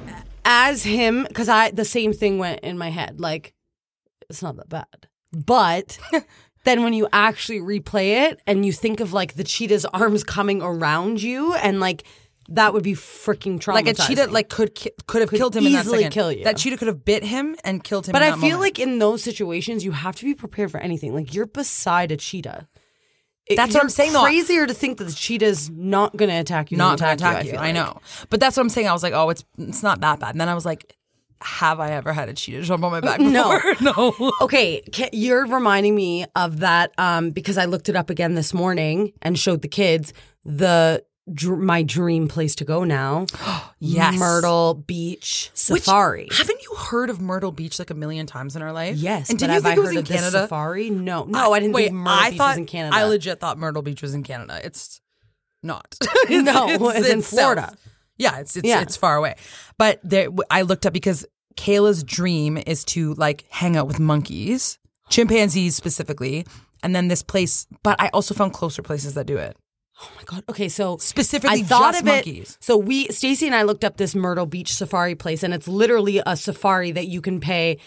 Speaker 4: as him because I the same thing went in my head. Like it's not that bad, but then when you actually replay it and you think of like the cheetah's arms coming around you and like that would be freaking traumatizing.
Speaker 3: Like a cheetah, like could ki- could have killed him in that
Speaker 4: easily
Speaker 3: second.
Speaker 4: kill you.
Speaker 3: That cheetah could have bit him and killed him.
Speaker 4: But
Speaker 3: in
Speaker 4: I
Speaker 3: that
Speaker 4: feel
Speaker 3: moment.
Speaker 4: like in those situations you have to be prepared for anything. Like you're beside a cheetah. It-
Speaker 3: That's what I'm
Speaker 4: you're
Speaker 3: saying, though.
Speaker 4: Crazier to think that the cheetah's not going to attack you. than
Speaker 3: not gonna
Speaker 4: attack
Speaker 3: attack you.
Speaker 4: feel
Speaker 3: I,
Speaker 4: like.
Speaker 3: know, but that's what I'm saying. I was like, oh, it's it's not that bad. And then I was like, have I ever had a cheetah jump on my back?
Speaker 4: No.
Speaker 3: before? no.
Speaker 4: Okay, ca- you're reminding me of that um, because I looked it up again this morning and showed the kids the dr- my dream place to go now.
Speaker 3: Yes.
Speaker 4: Myrtle Beach
Speaker 3: Which-
Speaker 4: Safari.
Speaker 3: haven't you heard of Myrtle Beach like a million times in our life?
Speaker 4: yes,
Speaker 3: And
Speaker 4: but
Speaker 3: did you
Speaker 4: have
Speaker 3: think
Speaker 4: I
Speaker 3: it was
Speaker 4: heard
Speaker 3: in
Speaker 4: of this
Speaker 3: Canada?
Speaker 4: Safari? No, no, I didn't
Speaker 3: Wait,
Speaker 4: think Myrtle
Speaker 3: I
Speaker 4: Beach
Speaker 3: thought,
Speaker 4: was in Canada.
Speaker 3: I legit thought Myrtle Beach was in Canada. It's not.
Speaker 4: No, it's in
Speaker 3: south.
Speaker 4: Florida.
Speaker 3: Yeah, it's it's,
Speaker 4: Yeah.
Speaker 3: it's far away. But there, w- I looked up because Kayla's dream is to like hang out with monkeys, chimpanzees specifically, and then this place. But I also found closer places that do it.
Speaker 4: Oh my god. Okay, so
Speaker 3: Specifically
Speaker 4: I thought
Speaker 3: just
Speaker 4: of it-
Speaker 3: monkeys.
Speaker 4: So we, Stacy and I, looked up this Myrtle Beach Safari place, and it's literally a safari that you can pay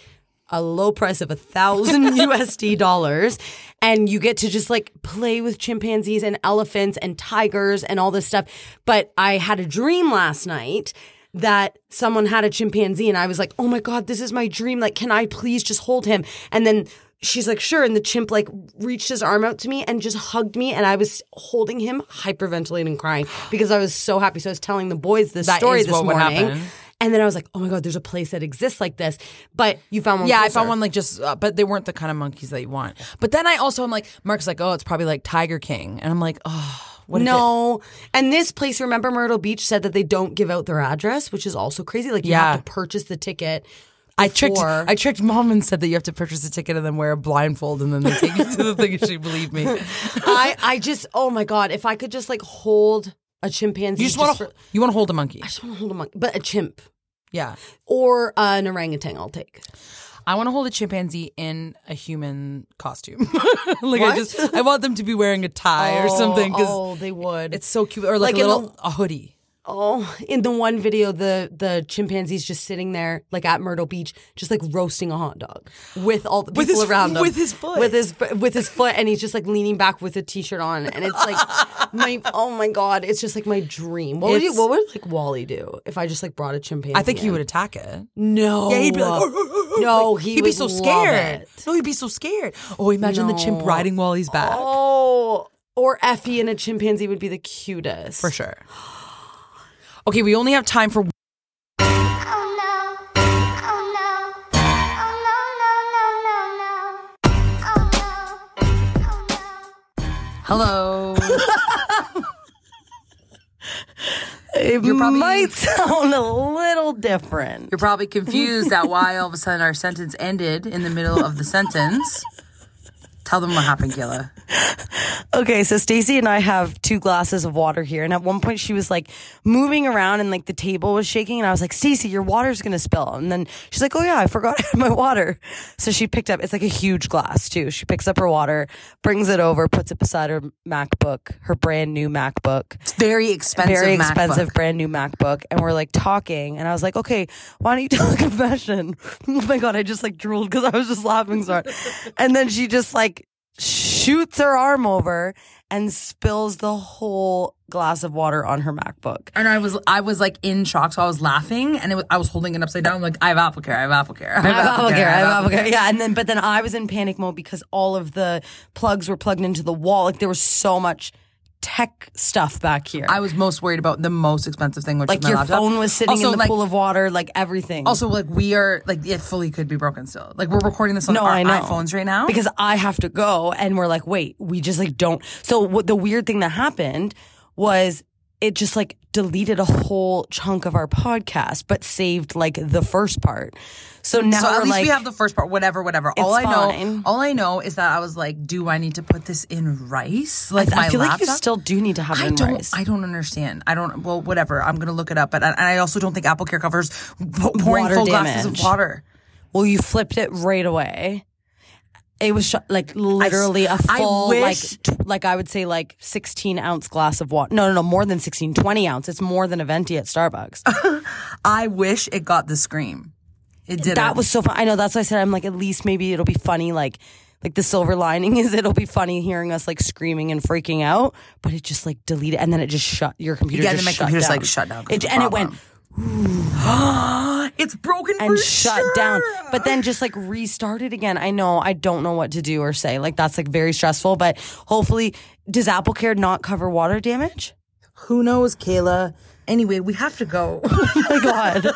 Speaker 4: a low price of a thousand USD dollars, and you get to just like play with chimpanzees and elephants and tigers and all this stuff. But I had a dream last night. That someone had a chimpanzee, and I was like, oh my God, this is my dream. Like, can I please just hold him? And then she's like, sure. And the chimp like reached his arm out to me and just hugged me. And I was holding him, hyperventilating and crying because I was so happy. So I was telling the boys this
Speaker 3: That
Speaker 4: story
Speaker 3: is
Speaker 4: this
Speaker 3: what would
Speaker 4: morning.
Speaker 3: happen.
Speaker 4: And then I was like, oh my God, there's a place that exists like this. But you found one.
Speaker 3: Yeah, I
Speaker 4: closer.
Speaker 3: found one like just, uh, but they weren't the kind of monkeys that you want. But then I also, I'm like, Mark's like, oh, it's probably like Tiger King, and I'm like, oh, what? if it-
Speaker 4: No. And this place, remember Myrtle Beach said that they don't give out their address, which is also crazy. Like, you
Speaker 3: Yeah.
Speaker 4: have to purchase the ticket.
Speaker 3: I tricked
Speaker 4: before.
Speaker 3: I tricked mom and said that you have to purchase a ticket and then wear a blindfold and then they take you to the thing and she believed me.
Speaker 4: I, I just, oh my God, if I could just like hold a chimpanzee.
Speaker 3: You just want
Speaker 4: for-
Speaker 3: to you want to hold a monkey.
Speaker 4: I just want to hold a monkey, but a chimp.
Speaker 3: Yeah.
Speaker 4: or an orangutan I'll take.
Speaker 3: I want to hold a chimpanzee in a human costume. like I just I want them to be wearing a tie or something cuz
Speaker 4: Oh, they would.
Speaker 3: it's so cute or like,
Speaker 4: Like
Speaker 3: a
Speaker 4: in
Speaker 3: little a hoodie.
Speaker 4: oh, in the one video the the chimpanzee's just sitting there like at Myrtle Beach just like roasting a hot dog with all the people
Speaker 3: With his-
Speaker 4: around him
Speaker 3: with his foot.
Speaker 4: With his with his foot and he's just like leaning back with a t-shirt on and it's like my oh my god, it's just like my dream. What would you
Speaker 3: It's-
Speaker 4: what would like Wally do if I just like brought a chimpanzee?
Speaker 3: I think he
Speaker 4: in?
Speaker 3: would attack it.
Speaker 4: No.
Speaker 3: Yeah, he'd be like, "Oh, oh, oh,"
Speaker 4: No,
Speaker 3: like,
Speaker 4: he
Speaker 3: he'd be
Speaker 4: would
Speaker 3: so
Speaker 4: love
Speaker 3: scared.
Speaker 4: it.
Speaker 3: No, he'd be so scared. Oh, imagine the chimp
Speaker 4: No.
Speaker 3: riding Wally's back.
Speaker 4: Oh, or Effie and a chimpanzee would be the cutest.
Speaker 3: For sure. Okay, we only have time for
Speaker 7: Oh no. Oh no. Oh no, no, no, no, no. Oh no. Oh no.
Speaker 3: Hello.
Speaker 4: It
Speaker 3: You're probably-
Speaker 4: might sound a little different.
Speaker 3: You're probably confused at why all of a sudden our sentence ended in the middle of the sentence. Tell them what happened, Gila.
Speaker 4: Okay, so Stacy and I have two glasses of water here, and at one point she was like moving around, and like the table was shaking, and I was like, "Stacy, your water's gonna spill." And then she's like, "Oh yeah, I forgot I had my water." So she picked up. It's like a huge glass too. She picks up her water, brings it over, puts it beside her MacBook, her brand new MacBook,
Speaker 3: It's very expensive.
Speaker 4: very
Speaker 3: MacBook.
Speaker 4: expensive brand new MacBook, and we're like talking, and I was like, "Okay, why don't you tell a confession?" oh my god, I just like drooled because I was just laughing so hard, and then she just like shoots her arm over and spills the whole glass of water on her MacBook.
Speaker 3: And I was I was like in shock, so I was laughing, and it was, I was holding it upside down. I'm like, I have Apple Care, I have Apple Care, I have Apple Care, I have Apple Care.
Speaker 4: Yeah, and then but then I was in panic mode because all of the plugs were plugged into the wall. Like there was so much tech stuff back here.
Speaker 3: I was most worried about the most expensive thing, which
Speaker 4: like
Speaker 3: was my
Speaker 4: your
Speaker 3: laptop.
Speaker 4: phone was sitting
Speaker 3: also,
Speaker 4: in the
Speaker 3: like,
Speaker 4: pool of water, like everything.
Speaker 3: Also, like we are like it fully could be broken still. Like we're recording this on
Speaker 4: no,
Speaker 3: our
Speaker 4: I know.
Speaker 3: iPhones right now
Speaker 4: because I have to go, and we're like, wait, we just like don't. So what the weird thing that happened was it just like deleted a whole chunk of our podcast, but saved like the first part. So now
Speaker 3: So at
Speaker 4: we're
Speaker 3: least
Speaker 4: like,
Speaker 3: we have the first part. Whatever, whatever. All I
Speaker 4: It's
Speaker 3: know,
Speaker 4: fine.
Speaker 3: all I know is that I was like, "Do I need to put this in rice?" Like
Speaker 4: I
Speaker 3: my
Speaker 4: feel like
Speaker 3: laptop.
Speaker 4: you still do need to have it
Speaker 3: I
Speaker 4: in
Speaker 3: don't.
Speaker 4: rice.
Speaker 3: I don't understand. I don't. Well, whatever. I'm gonna look it up, but and I also don't think Apple Care covers po- pouring
Speaker 4: Water
Speaker 3: full glasses of
Speaker 4: damage.
Speaker 3: water.
Speaker 4: Well, you flipped it right away. It was sh- like literally a
Speaker 3: I
Speaker 4: full,
Speaker 3: wish-
Speaker 4: like, t- like I would say, like 16 ounce glass of water. No, no, no, more than 16, 20 ounce. It's more than a venti at Starbucks.
Speaker 3: I wish it got the scream. It did.
Speaker 4: that was so fun. I know that's why I said I'm like, at least maybe it'll be funny. Like, like the silver lining is it'll be funny hearing us like screaming and freaking out, but it just like deleted and then it just shut your computer.
Speaker 3: Yeah,
Speaker 4: just
Speaker 3: then my
Speaker 4: shut
Speaker 3: computer's
Speaker 4: down.
Speaker 3: like shut down 'cause
Speaker 4: It,
Speaker 3: of the
Speaker 4: and it
Speaker 3: problem.
Speaker 4: went
Speaker 3: It's broken
Speaker 4: and
Speaker 3: for
Speaker 4: shut
Speaker 3: sure.
Speaker 4: down. But then just like restarted again. I know I don't know what to do or say. Like that's like very stressful. But hopefully, does Apple Care not cover water damage?
Speaker 3: Who knows, Kayla? Anyway, we have to go.
Speaker 4: Oh my god.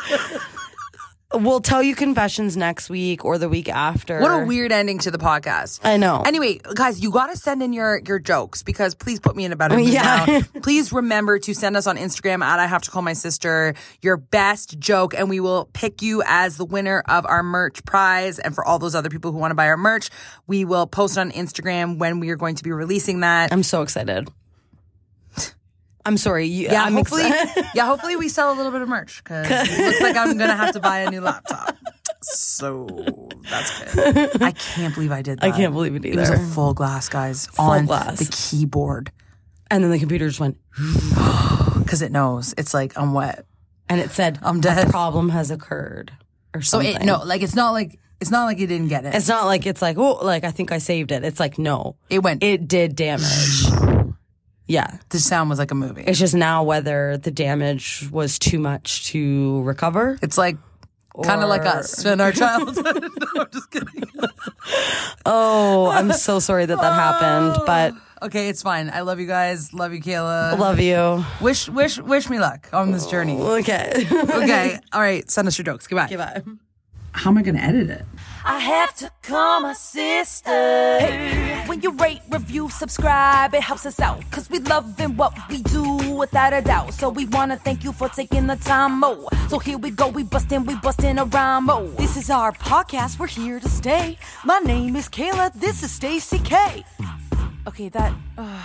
Speaker 4: we'll tell you confessions next week or the week after.
Speaker 3: What a weird ending to the podcast.
Speaker 4: I know.
Speaker 3: Anyway, guys, you got to send in your your jokes because please put me in a better mood
Speaker 4: Yeah.
Speaker 3: now. please remember to send us on Instagram at I have to call my sister your best joke, and we will pick you as the winner of our merch prize. And for all those other people who want to buy our merch, we will post on Instagram when we are going to be releasing that.
Speaker 4: I'm so excited. I'm sorry. You,
Speaker 3: yeah,
Speaker 4: I'm
Speaker 3: hopefully,
Speaker 4: exci-
Speaker 3: yeah, hopefully we sell a little bit of merch because it looks like I'm gonna have to buy a new laptop. So that's good. I can't believe I did that.
Speaker 4: I can't believe it
Speaker 3: It was a
Speaker 4: either.
Speaker 3: full glass, guys, on
Speaker 4: glass.
Speaker 3: the keyboard
Speaker 4: And then the computer just went,
Speaker 3: because it knows it's like I'm wet.
Speaker 4: and it said,
Speaker 3: I'm dead.
Speaker 4: "A problem has occurred," or
Speaker 3: So
Speaker 4: something.
Speaker 3: Oh, it, no, like it's not like it's not like it didn't get it.
Speaker 4: It's not like it's like oh, like I think I saved it. It's like no,
Speaker 3: it went.
Speaker 4: it did damage. yeah.
Speaker 3: the sound was like a movie.
Speaker 4: It's just now whether the damage was too much to recover.
Speaker 3: It's like kind of like
Speaker 4: Or-
Speaker 3: us in our childhood. no, I'm just kidding.
Speaker 4: Oh, I'm so sorry that that happened, but
Speaker 3: Okay, it's fine. I love you guys. Love you, Kayla.
Speaker 4: love you.
Speaker 3: wish, wish, wish me luck on this journey.
Speaker 4: Okay.
Speaker 3: Okay. All right. Send us your jokes. Goodbye.
Speaker 4: Goodbye.
Speaker 3: How am I going to edit it?
Speaker 5: I have to call my sister. When you rate, review, subscribe, it helps us out. Cause we love in what we do without a doubt. So we wanna thank you for taking the time, oh. So here we go, we bustin', we bustin' a rhyme, oh. This is our podcast, we're here to stay. My name is Kayla, this is Stacy K. Okay, that. Uh...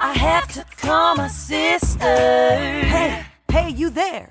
Speaker 5: I have to call my sister. Hey, hey, you there.